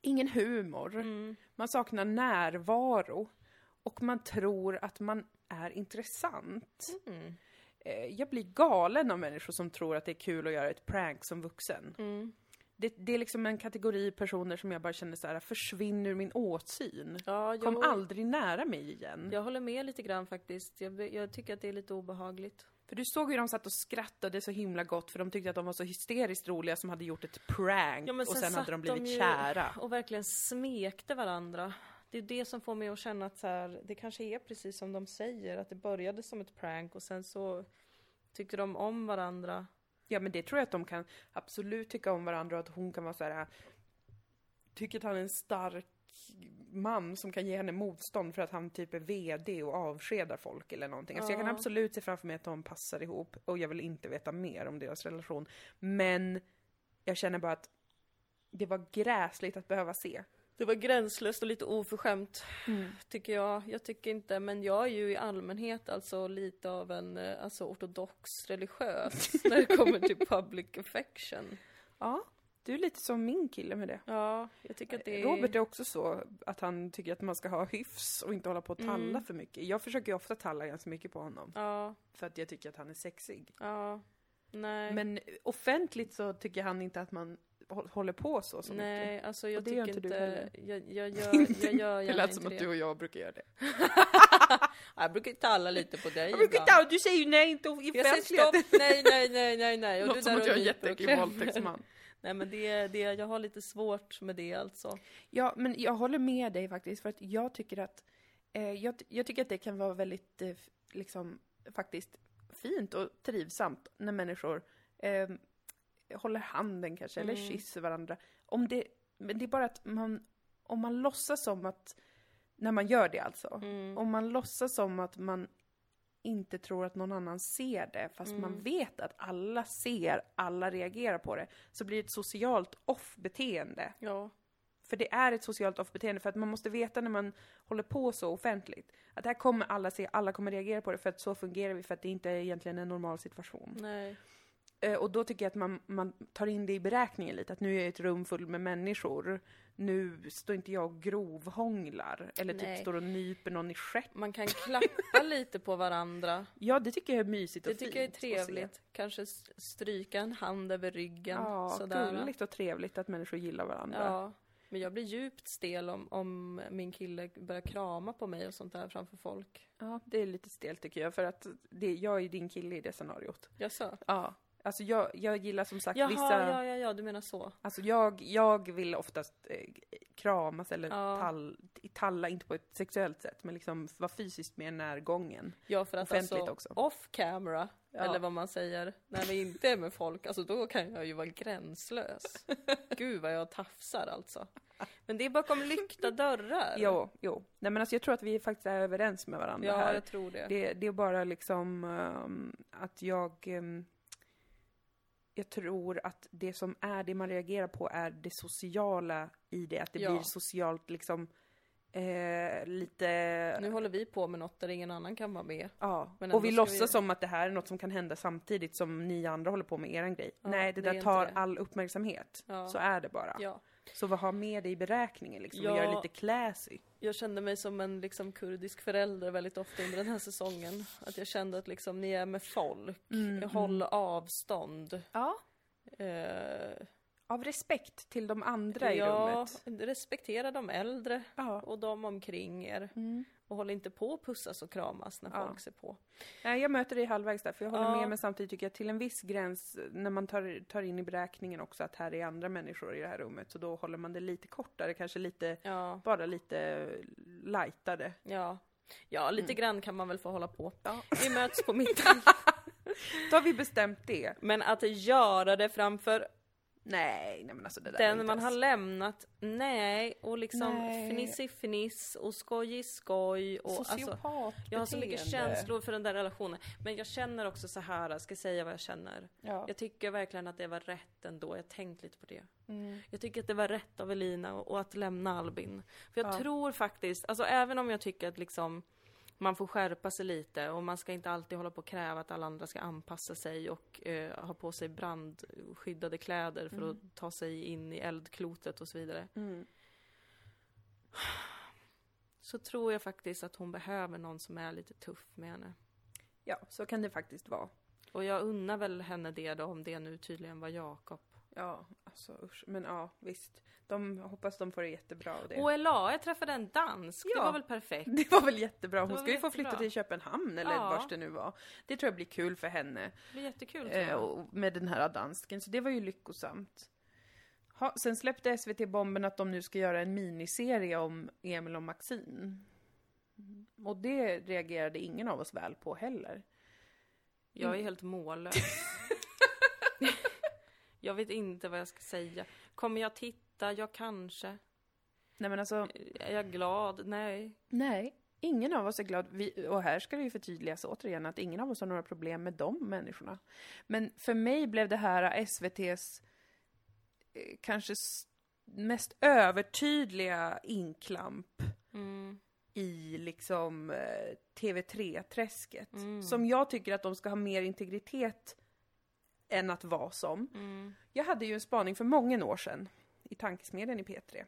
B: ingen humor,
A: Mm.
B: man saknar närvaro och man tror att man är intressant.
A: Mm.
B: Eh, Jag blir galen av människor som tror att det är kul att göra ett prank som vuxen.
A: Mm.
B: Det, det är liksom en kategori personer som jag bara känner så här: försvinn ur min åsyn.
A: ja jag,
B: Kom aldrig nära mig igen.
A: jag håller med lite grann faktiskt. Jag, jag tycker att det är lite obehagligt.
B: För du såg ju hur de satt och skrattade så himla gott för de tyckte att de var så hysteriskt roliga som hade gjort ett prank
A: Ja, men
B: och sen hade
A: satt
B: de blivit
A: ju
B: kära.
A: Och verkligen smekte varandra. Det är det som får mig att känna att så här, det kanske är precis som de säger, att det började som ett prank och sen så tyckte de om varandra.
B: Ja men det tror jag att de kan absolut tycka om varandra och att hon kan vara så här. äh, Tycker att han är en stark man som kan ge henne motstånd för att han typ är VD och avskedar folk eller någonting. Alltså jag kan absolut se framför mig att de passar ihop och jag vill inte veta mer om deras relation. Men jag känner bara att det var gräsligt att behöva se.
A: Det var gränslöst och lite oförskämt,
B: Mm.
A: tycker jag. Jag tycker inte, men jag är ju i allmänhet alltså lite av en eh, alltså, ortodox religiös när det kommer till public affection.
B: Ja, du är lite som min kille med det.
A: Ja, jag tycker att det är...
B: Robert är också så att han tycker att man ska ha hyfs och inte hålla på och talla för mycket. Jag försöker ju ofta talla ganska mycket på honom.
A: Ja,
B: För att jag tycker att han är sexig.
A: ja, nej.
B: Men offentligt så tycker han inte att man hå- håller på så så mycket.
A: Nej, alltså jag
B: det gör
A: tycker
B: inte du
A: inte...
B: heller.
A: Jag, jag gör, jag gör
B: Det
A: gärna
B: lät
A: inte
B: som att
A: det.
B: du och jag brukar göra det.
A: Jag brukar talla lite på dig
B: Jag brukar inte, du säger ju nej inte i
A: Jag säger stopp,
B: offentligheten.
A: nej, nej, nej, nej, nej.
B: Låter som
A: där
B: att jag är en
A: nyper och
B: jätteäcklig
A: klämmer.
B: våldtäktsman.
A: Nej men det, det, jag har lite svårt med det alltså.
B: Ja, men jag håller med dig faktiskt för att jag tycker att eh, jag, ty- jag tycker att det kan vara väldigt eh, f- liksom faktiskt fint och trivsamt när människor eh, håller handen kanske eller kysser varandra. Om det, men det är bara att man om man låtsas som att när man gör det alltså.
A: Mm.
B: Om man låtsas som att man inte tror att någon annan ser det fast man vet att alla ser, alla reagerar på det. Så blir det ett socialt off-beteende.
A: Ja.
B: För det är ett socialt off-beteende, för att man måste veta när man håller på så offentligt. Att det här kommer alla se, alla kommer reagera på det, för att så fungerar vi, för att det inte är egentligen en normal situation.
A: Nej.
B: Eh, och då tycker jag att man, man tar in det i beräkningen lite, att nu är jag i ett rum fullt med människor. Nu står inte jag och grovhånglar, eller typ
A: Nej.
B: står och nyper någon i stjärt.
A: Man kan klappa lite på varandra.
B: Ja, det tycker jag är mysigt
A: Det
B: och
A: tycker jag är
B: fint att se.
A: trevligt. Kanske s- stryka en hand över ryggen.
B: Ja,
A: sådär.
B: gulligt och trevligt att människor gillar varandra.
A: Ja. Men jag blir djupt stel om, om min kille börjar krama på mig och sånt där framför folk.
B: Ja, det är lite stelt tycker jag, för att det, jag är din kille i det scenariot.
A: Jaså?
B: Ja, alltså jag, jag gillar som sagt
A: Jaha,
B: vissa...
A: ja, ja, ja, du menar så.
B: Alltså jag, jag vill oftast eh, kramas eller
A: Ja.
B: tall, talla, inte på ett sexuellt sätt, men liksom vara fysiskt mer närgången.
A: Ja för att
B: Offentligt
A: alltså
B: också.
A: off camera, eller vad man säger, när vi inte är med folk, alltså då kan jag ju vara gränslös. Gud vad jag tafsar alltså. Men det är bakom lyckta dörrar.
B: Jo, jo. Nej men alltså jag tror att vi faktiskt är överens med varandra
A: ja
B: här.
A: jag tror det.
B: Det, det är bara liksom ehm, att jag... ehm, jag tror att det som är det man reagerar på är det sociala i det. Att det
A: Ja.
B: blir socialt liksom eh, lite...
A: Nu håller vi på med något där ingen annan kan vara med.
B: Ja,
A: Men
B: och vi
A: ändå ska
B: låtsas
A: vi-
B: som att det här är något som kan hända samtidigt som ni andra håller på med eran grej. Nej, det
A: det är
B: där
A: inte
B: tar
A: det.
B: all uppmärksamhet.
A: Ja.
B: Så är det bara.
A: Ja.
B: Så vad har med dig i beräkningen liksom?
A: Ja.
B: Och göra det lite classy.
A: Jag kände mig som en liksom, kurdisk förälder väldigt ofta under den här säsongen. Att jag kände att liksom, ni är med folk, håll avstånd.
B: Ja.
A: Eh,
B: Av respekt till de andra i
A: ja,
B: rummet.
A: respektera de äldre
B: Ja.
A: och de omkring er. Och håll inte på att pussas och kramas när
B: Ja.
A: folk ser på.
B: Nej, jag möter dig halvvägs där, för jag håller
A: Ja.
B: med, men samtidigt tycker jag till en viss gräns, när man tar, tar in i beräkningen också att här är andra människor i det här rummet, så då håller man det lite kortare, kanske lite,
A: Ja,
B: bara lite lightare.
A: ja. Ja, lite grann kan man väl få hålla på.
B: Ja.
A: Mm. Vi möts på mitten.
B: Då har vi bestämt det.
A: Men att göra det framför
B: Nej, nej men alltså det där är
A: den
B: inte
A: man
B: ens-
A: har lämnat, nej, och liksom
B: Nej.
A: fniss i fniss och skoj i skoj. Och alltså, jag har så mycket
B: Sociopatbeteende.
A: känslor för den där relationen. Men jag känner också så här, jag ska säga vad jag känner.
B: Ja.
A: Jag tycker verkligen att det var rätt ändå, jag har tänkt lite på det. Jag tycker att det var rätt av Elina och, och att lämna Albin. För jag tror faktiskt, alltså även om jag tycker att liksom man får skärpa sig lite och man ska inte alltid hålla på och kräva att alla andra ska anpassa sig och eh, ha på sig brandskyddade kläder för
B: Mm.
A: att ta sig in i eldklotet och så vidare. Så tror jag faktiskt att hon behöver någon som är lite tuff med henne.
B: Ja, så kan det faktiskt vara.
A: Och jag unnar väl henne det då, om det nu tydligen var Jakob.
B: Ja, alltså usch. Men ja, visst. De hoppas de får det jättebra och det.
A: Och LA, jag träffade en dansk, det
B: Ja.
A: var väl perfekt?
B: Det var väl jättebra. Hon
A: var
B: ska
A: väl
B: ju få
A: jättebra.
B: flytta till Köpenhamn eller
A: Ja.
B: vars det nu var. Det tror jag blir kul för henne.
A: Det blir jättekul tror
B: eh,
A: jag.
B: och med den här dansken, så det var ju lyckosamt. Ha, sen släppte SVT bomben att de nu ska göra en miniserie om Emil och Maxine. Mm. Och det reagerade ingen av oss väl på heller.
A: Jag är helt mållös. jag vet inte vad jag ska säga. Kommer jag titta? Jag kanske.
B: Nej men alltså,
A: Är jag glad? Nej.
B: nej. Ingen av oss är glad. Vi, och här ska det ju förtydligas återigen att ingen av oss har några problem med de människorna. Men för mig blev det här SVT's eh, kanske s- mest övertydliga inklamp
A: Mm.
B: i liksom eh, TV3-träsket. Som jag tycker att de ska ha mer integritet än att vara som. Jag hade ju en spaning för många år sedan i Tankesmedjan i P3.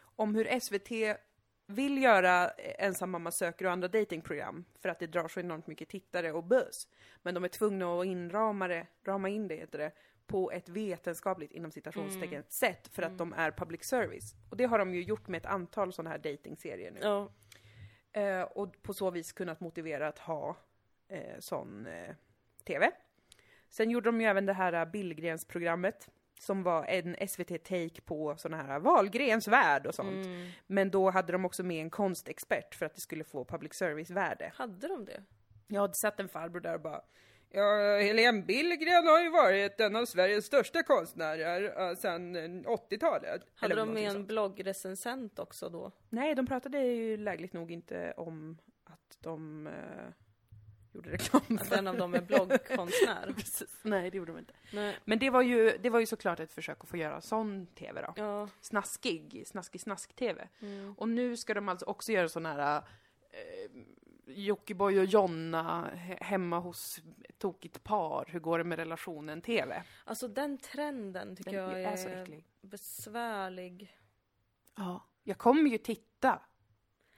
B: Om hur SVT vill göra eh, ensam mamma söker och andra datingprogram för att det drar så enormt mycket tittare och buzz. Men de är tvungna att inrama det, rama in det heter det, på ett vetenskapligt inom citationstecken sätt för att de är public service. Och det har de ju gjort med ett antal sådana här datingserier nu.
A: Ja.
B: Eh, och på så vis kunnat motivera att ha eh, sån eh, TV. Sen gjorde de ju även det här eh, Billgrens-programmet som var en SVT-take på såna här Wahlgrens värld och sånt. Men då hade de också med en konstexpert för att det skulle få public service-värde.
A: Hade de det?
B: Jag hade satt en farbror där och bara Ja, Helene Billgren har ju varit en av Sveriges största konstnärer eh, sedan eh, 80-talet.
A: Hade de
B: Eller någonting
A: med en
B: sånt.
A: bloggrecensent också då?
B: Nej, de pratade ju lägligt nog inte om att de eh, gjorde reklam
A: Att
B: för
A: en av dem är bloggkonstnär?
B: Precis. Nej, det gjorde de inte.
A: Nej.
B: Men det var ju, det var ju såklart ett försök att få göra sån tv då.
A: Ja.
B: Snaskig, snaskig snask-tv. Och nu ska de alltså också göra sån här eh, Jockiboi och Jonna he- hemma hos ett tokigt par, hur går det med relationen-tv?
A: Alltså den trenden tycker
B: Den
A: jag är,
B: är så äcklig.
A: besvärlig.
B: Ja. Jag kommer ju titta.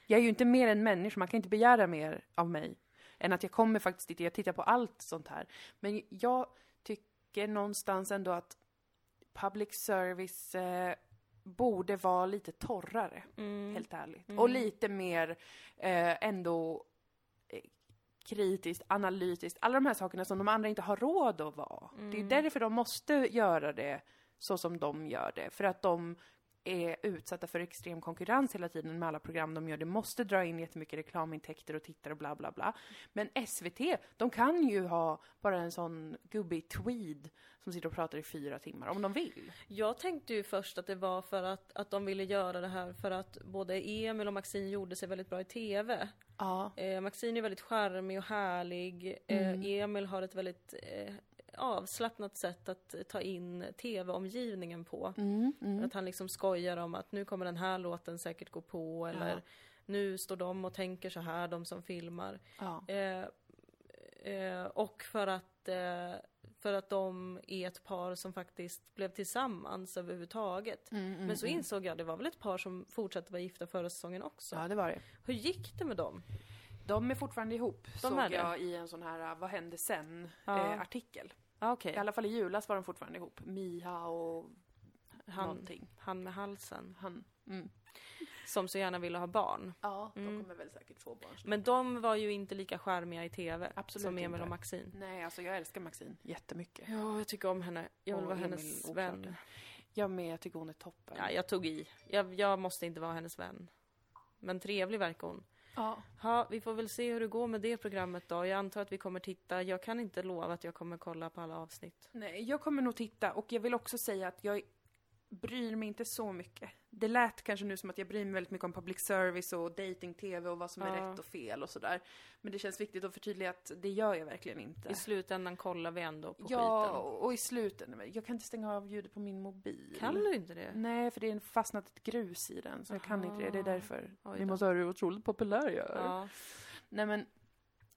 B: Jag är ju inte mer än människa, man kan inte begära mer av mig. Än att jag kommer faktiskt titta, jag tittar på allt sånt här. Men jag tycker någonstans ändå att public service eh, borde vara lite torrare, helt ärligt. Och lite mer eh, ändå eh, kritiskt, analytiskt, alla de här sakerna som de andra inte har råd att vara. Det är ju därför de måste göra det så som de gör det, för att de är utsatta för extrem konkurrens hela tiden med alla program de gör. Det måste dra in jättemycket reklamintäkter och tittare och bla bla bla. Men SVT, de kan ju ha bara en sån gubbe i tweed som sitter och pratar i fyra timmar om de vill.
A: Jag tänkte ju först att det var för att, att de ville göra det här för att både Emil och Maxine gjorde sig väldigt bra i TV.
B: Ja.
A: Eh, Maxine är väldigt charmig och härlig. Eh, Emil har ett väldigt eh, avslappnat sätt att ta in tv-omgivningen på. Att han liksom skojar om att nu kommer den här låten säkert gå på eller nu står
B: Eh,
A: de och tänker så här, de som filmar.
B: ja.
A: Eh, eh, och för att att eh, för att de är ett par som faktiskt blev tillsammans överhuvudtaget. Men så insåg jag, det var väl ett par som fortsatte vara gifta förra säsongen också.
B: Ja, det var det.
A: Hur gick det med dem?
B: De är fortfarande ihop, såg
A: är det.
B: jag i en sån här eh, Vad hände
A: Ja.
B: sen-artikel.
A: Ah, Okej,
B: I alla fall i julas var de fortfarande ihop. Miha och
A: han,
B: någonting.
A: han med halsen.
B: Han. Mm.
A: Som så gärna ville ha barn.
B: Ja,
A: Mm.
B: de kommer väl säkert få barn snart.
A: Men de var ju inte lika charmiga i TV
B: Absolut
A: som Emil
B: inte.
A: och Maxine.
B: Nej, alltså jag älskar Maxine jättemycket.
A: Ja, jag tycker om henne. Jag vill
B: Och
A: vara
B: Emil
A: hennes
B: oklart.
A: vän.
B: Jag med, jag tycker hon är toppen.
A: Ja, jag tog i. Jag, jag måste inte vara hennes vän. Men trevlig verkar hon.
B: Ja.
A: Ja, vi får väl se hur det går med det programmet då. Jag antar att vi kommer titta. Jag kan inte lova att jag kommer kolla på alla avsnitt.
B: Nej, jag kommer nog titta och jag vill också säga att jag bryr mig inte så mycket. Det lät kanske nu som att jag bryr mig väldigt mycket om public service och dating-tv och vad som är
A: Ja.
B: rätt och fel och sådär. Men det känns viktigt att förtydliga att det gör jag verkligen inte.
A: I slutändan kollar vi ändå på
B: ja,
A: skiten.
B: och i slutändan. Jag kan inte stänga av ljudet på min mobil.
A: Kan du inte det?
B: Nej, för det är fastnat ett grus i den så jag kan inte det. Det är
A: Aha.
B: därför.
A: Oj
B: Ni
A: då.
B: måste höra hur otroligt populär jag är.
A: Ja.
B: Nej men,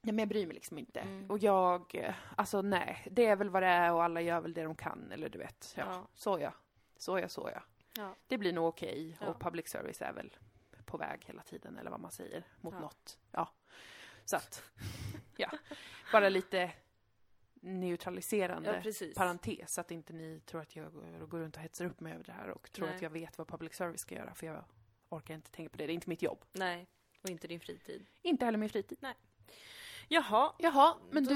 B: nej men jag bryr mig liksom inte.
A: Mm.
B: Och jag, eh, alltså nej, det är väl vad det är och alla gör väl det de kan eller du vet. Ja.
A: Ja.
B: Så ja, så ja, så ja.
A: Ja.
B: Det blir nog okej
A: Ja.
B: och public service är väl på väg hela tiden eller vad man säger, mot
A: Ja.
B: något. Ja. Så att, ja. Bara lite neutraliserande
A: ja, precis.
B: parentes så att inte ni tror att jag går- går runt och hetsar upp mig över det här och tror
A: Nej.
B: att jag vet vad public service ska göra för jag orkar inte tänka på det. Det är inte mitt jobb.
A: Nej, och inte din fritid.
B: Inte heller min fritid.
A: Jaha,
B: Jaha, men
A: då...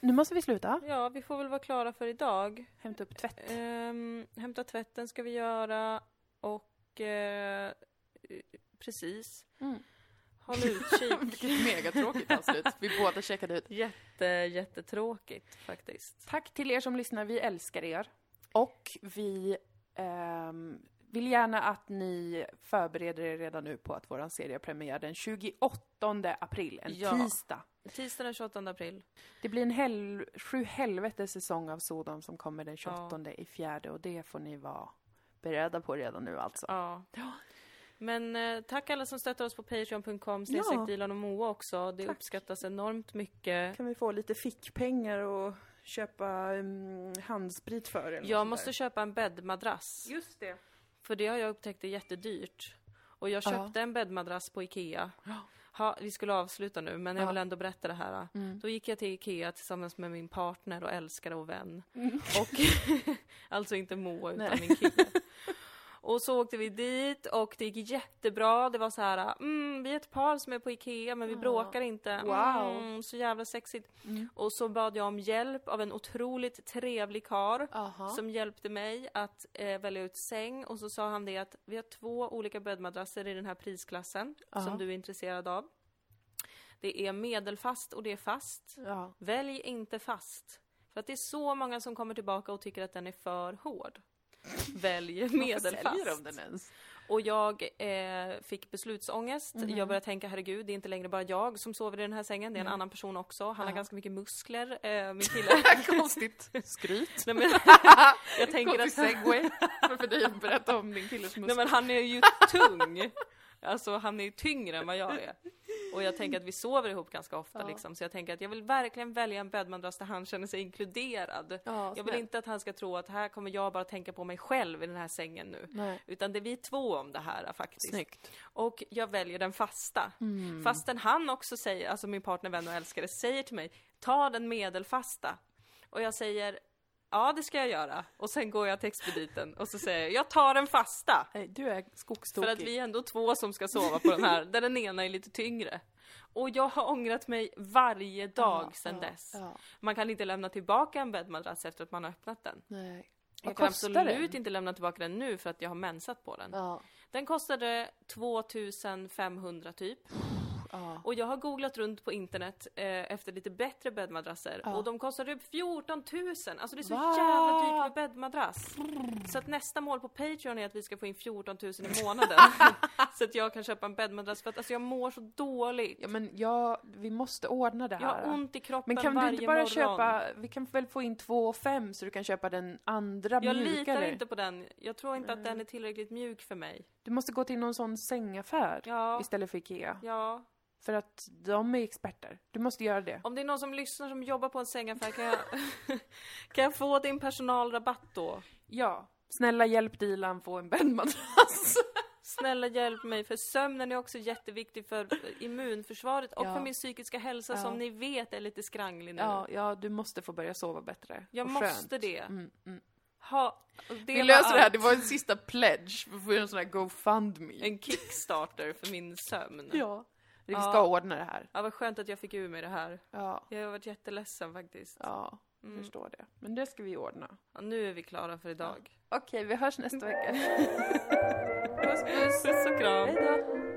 B: du, nu måste vi sluta.
A: Ja, vi får väl vara klara för idag.
B: Hämta upp tvätt.
A: Ehm, hämta tvätten ska vi göra och eh, precis.
B: Mm.
A: Håll utkik.
B: Vilket megatråkigt avslut. Vi båda checkade ut.
A: Jätte, jättetråkigt faktiskt.
B: Tack till er som lyssnar. Vi älskar er. Och vi ehm, vill gärna att ni förbereder er redan nu på att vår serie har premiär den 28 april, en
A: Ja.
B: tisdag.
A: Tisdag den 28 april.
B: Det blir en hel, sju helvetes säsong av Sodom som kommer den 28 i fjärde och det får ni vara beredda på redan nu alltså.
A: Ja. Men eh, tack alla som stöttar oss på patreon.com,
B: Ja.
A: snedstreck Dilan och Moa också. Det
B: Tack.
A: uppskattas enormt mycket.
B: Kan vi få lite fickpengar och köpa mm, handsprit för?
A: Jag måste köpa en bäddmadrass.
B: Just det.
A: För det har jag upptäckt är jättedyrt. Och jag
B: Ja.
A: köpte en bäddmadrass på Ikea.
B: Ja.
A: Ha, vi skulle avsluta nu, men jag
B: Ja. Mm.
A: vill ändå berätta det här. Då gick jag till Ikea tillsammans med min partner och älskare och vän. Och, alltså inte Moa, utan
B: Mm. Nej.
A: min kille. Och så åkte vi dit och det gick jättebra. Det var så här, mm, vi är ett par som är på Ikea men vi bråkar inte.
B: Wow. Mm.
A: Mm, så jävla sexigt. Och så bad jag om hjälp av en otroligt trevlig karl
B: Aha.
A: som hjälpte mig att eh, välja ut säng och så sa han det att vi har två olika bäddmadrasser i den här prisklassen
B: Ja.
A: som du är intresserad av. Det är medelfast och det är fast.
B: Ja.
A: Välj inte fast. För att det är så många som kommer tillbaka och tycker att den är för hård. Välj medelfast.
B: ens?
A: Och jag eh, fick beslutsångest.
B: Mhm.
A: Jag började tänka, herregud, det är inte längre bara jag som sover i den här sängen. Det är en annan person också. Han har ganska mycket muskler, eh, min kille.
B: Konstigt skryt.
A: Nej, men, jag tänker
B: Konstig
A: att
B: segway. Men för dig att berätta om din killes
A: Nej
B: muskler.
A: men han är ju tung. Alltså han är ju tyngre än vad jag är. Och jag tänker att vi sover ihop ganska ofta liksom. Så jag tänker att jag vill verkligen välja en bäddmadrass där han känner sig inkluderad.
B: Ja,
A: jag vill
B: snäll.
A: inte att han ska tro att här kommer jag bara tänka på mig själv i den här sängen nu.
B: Nej.
A: Utan det är vi två om det här faktiskt.
B: Snyggt. Mm.
A: Och jag väljer den fasta. Fastän han också säger, alltså min partner, vän och älskare säger till mig, ta den medelfasta. Och jag säger, ja det ska jag göra. Och sen går jag till expediten och så säger jag, jag tar den fasta.
B: Nej, du är
A: För
B: skogstokig.
A: att vi är ändå två som ska sova på den här, där den ena är lite tyngre. Och jag har ångrat mig varje dag
B: Ja,
A: sedan
B: ja,
A: dess.
B: ja.
A: Man kan inte lämna tillbaka en bäddmadrass efter att man har öppnat den.
B: Nej.
A: Jag
B: Vad
A: kan
B: kostar
A: absolut
B: den?
A: inte lämna tillbaka den nu för att jag har mensat på den.
B: Ja.
A: Den kostade 2500 typ.
B: ja.
A: Och jag har googlat runt på internet eh, efter lite bättre bäddmadrasser och de kostar typ 14 000. Alltså det är så
B: Va?
A: jävla dyrt med bäddmadrass. Så att nästa mål på Patreon är att vi ska få in 14 000 i månaden. så att jag kan köpa en bäddmadrass för att alltså, jag mår så dåligt.
B: Ja men jag, vi måste ordna det
A: Jag
B: här.
A: har ont i kroppen
B: men kan
A: varje
B: du inte bara
A: morgon.
B: köpa, vi kan väl få in två och fem så du kan köpa den andra
A: jag
B: mjukare? Mm.
A: litar inte på den. Jag tror inte att den är tillräckligt mjuk för mig.
B: Du måste gå till någon sån sängaffär
A: Ja.
B: istället för Ikea.
A: Ja,
B: För att de är experter. Du måste göra det.
A: Om det är någon som lyssnar som jobbar på en sängaffär, kan jag, kan jag få din personalrabatt då?
B: Ja. Snälla hjälp Dilan få en bäddmadrass.
A: Snälla hjälp mig, för sömnen är också jätteviktig för immunförsvaret och
B: Ja.
A: för min psykiska hälsa
B: Ja.
A: som ni vet är lite skranglig nu.
B: ja, ja, du måste få börja sova bättre.
A: Jag
B: Och
A: måste
B: skönt.
A: det.
B: Mm, mm.
A: Ha, det
B: Vi
A: var
B: löser det här,
A: allt.
B: det var en sista pledge. Vi får göra en sån här GoFundMe.
A: En kickstarter för min sömn.
B: Ja. Vi ska
A: Ja.
B: ordna det här.
A: Ja, vad skönt att jag fick ur mig det här.
B: Ja.
A: Jag har varit jätteledsen faktiskt.
B: Ja, jag
A: Mm.
B: förstår det. Men det ska vi ordna.
A: Ja, nu är vi klara för idag.
B: Okej, vi hörs nästa vecka.
A: Puss, puss och kram.
B: Hej då!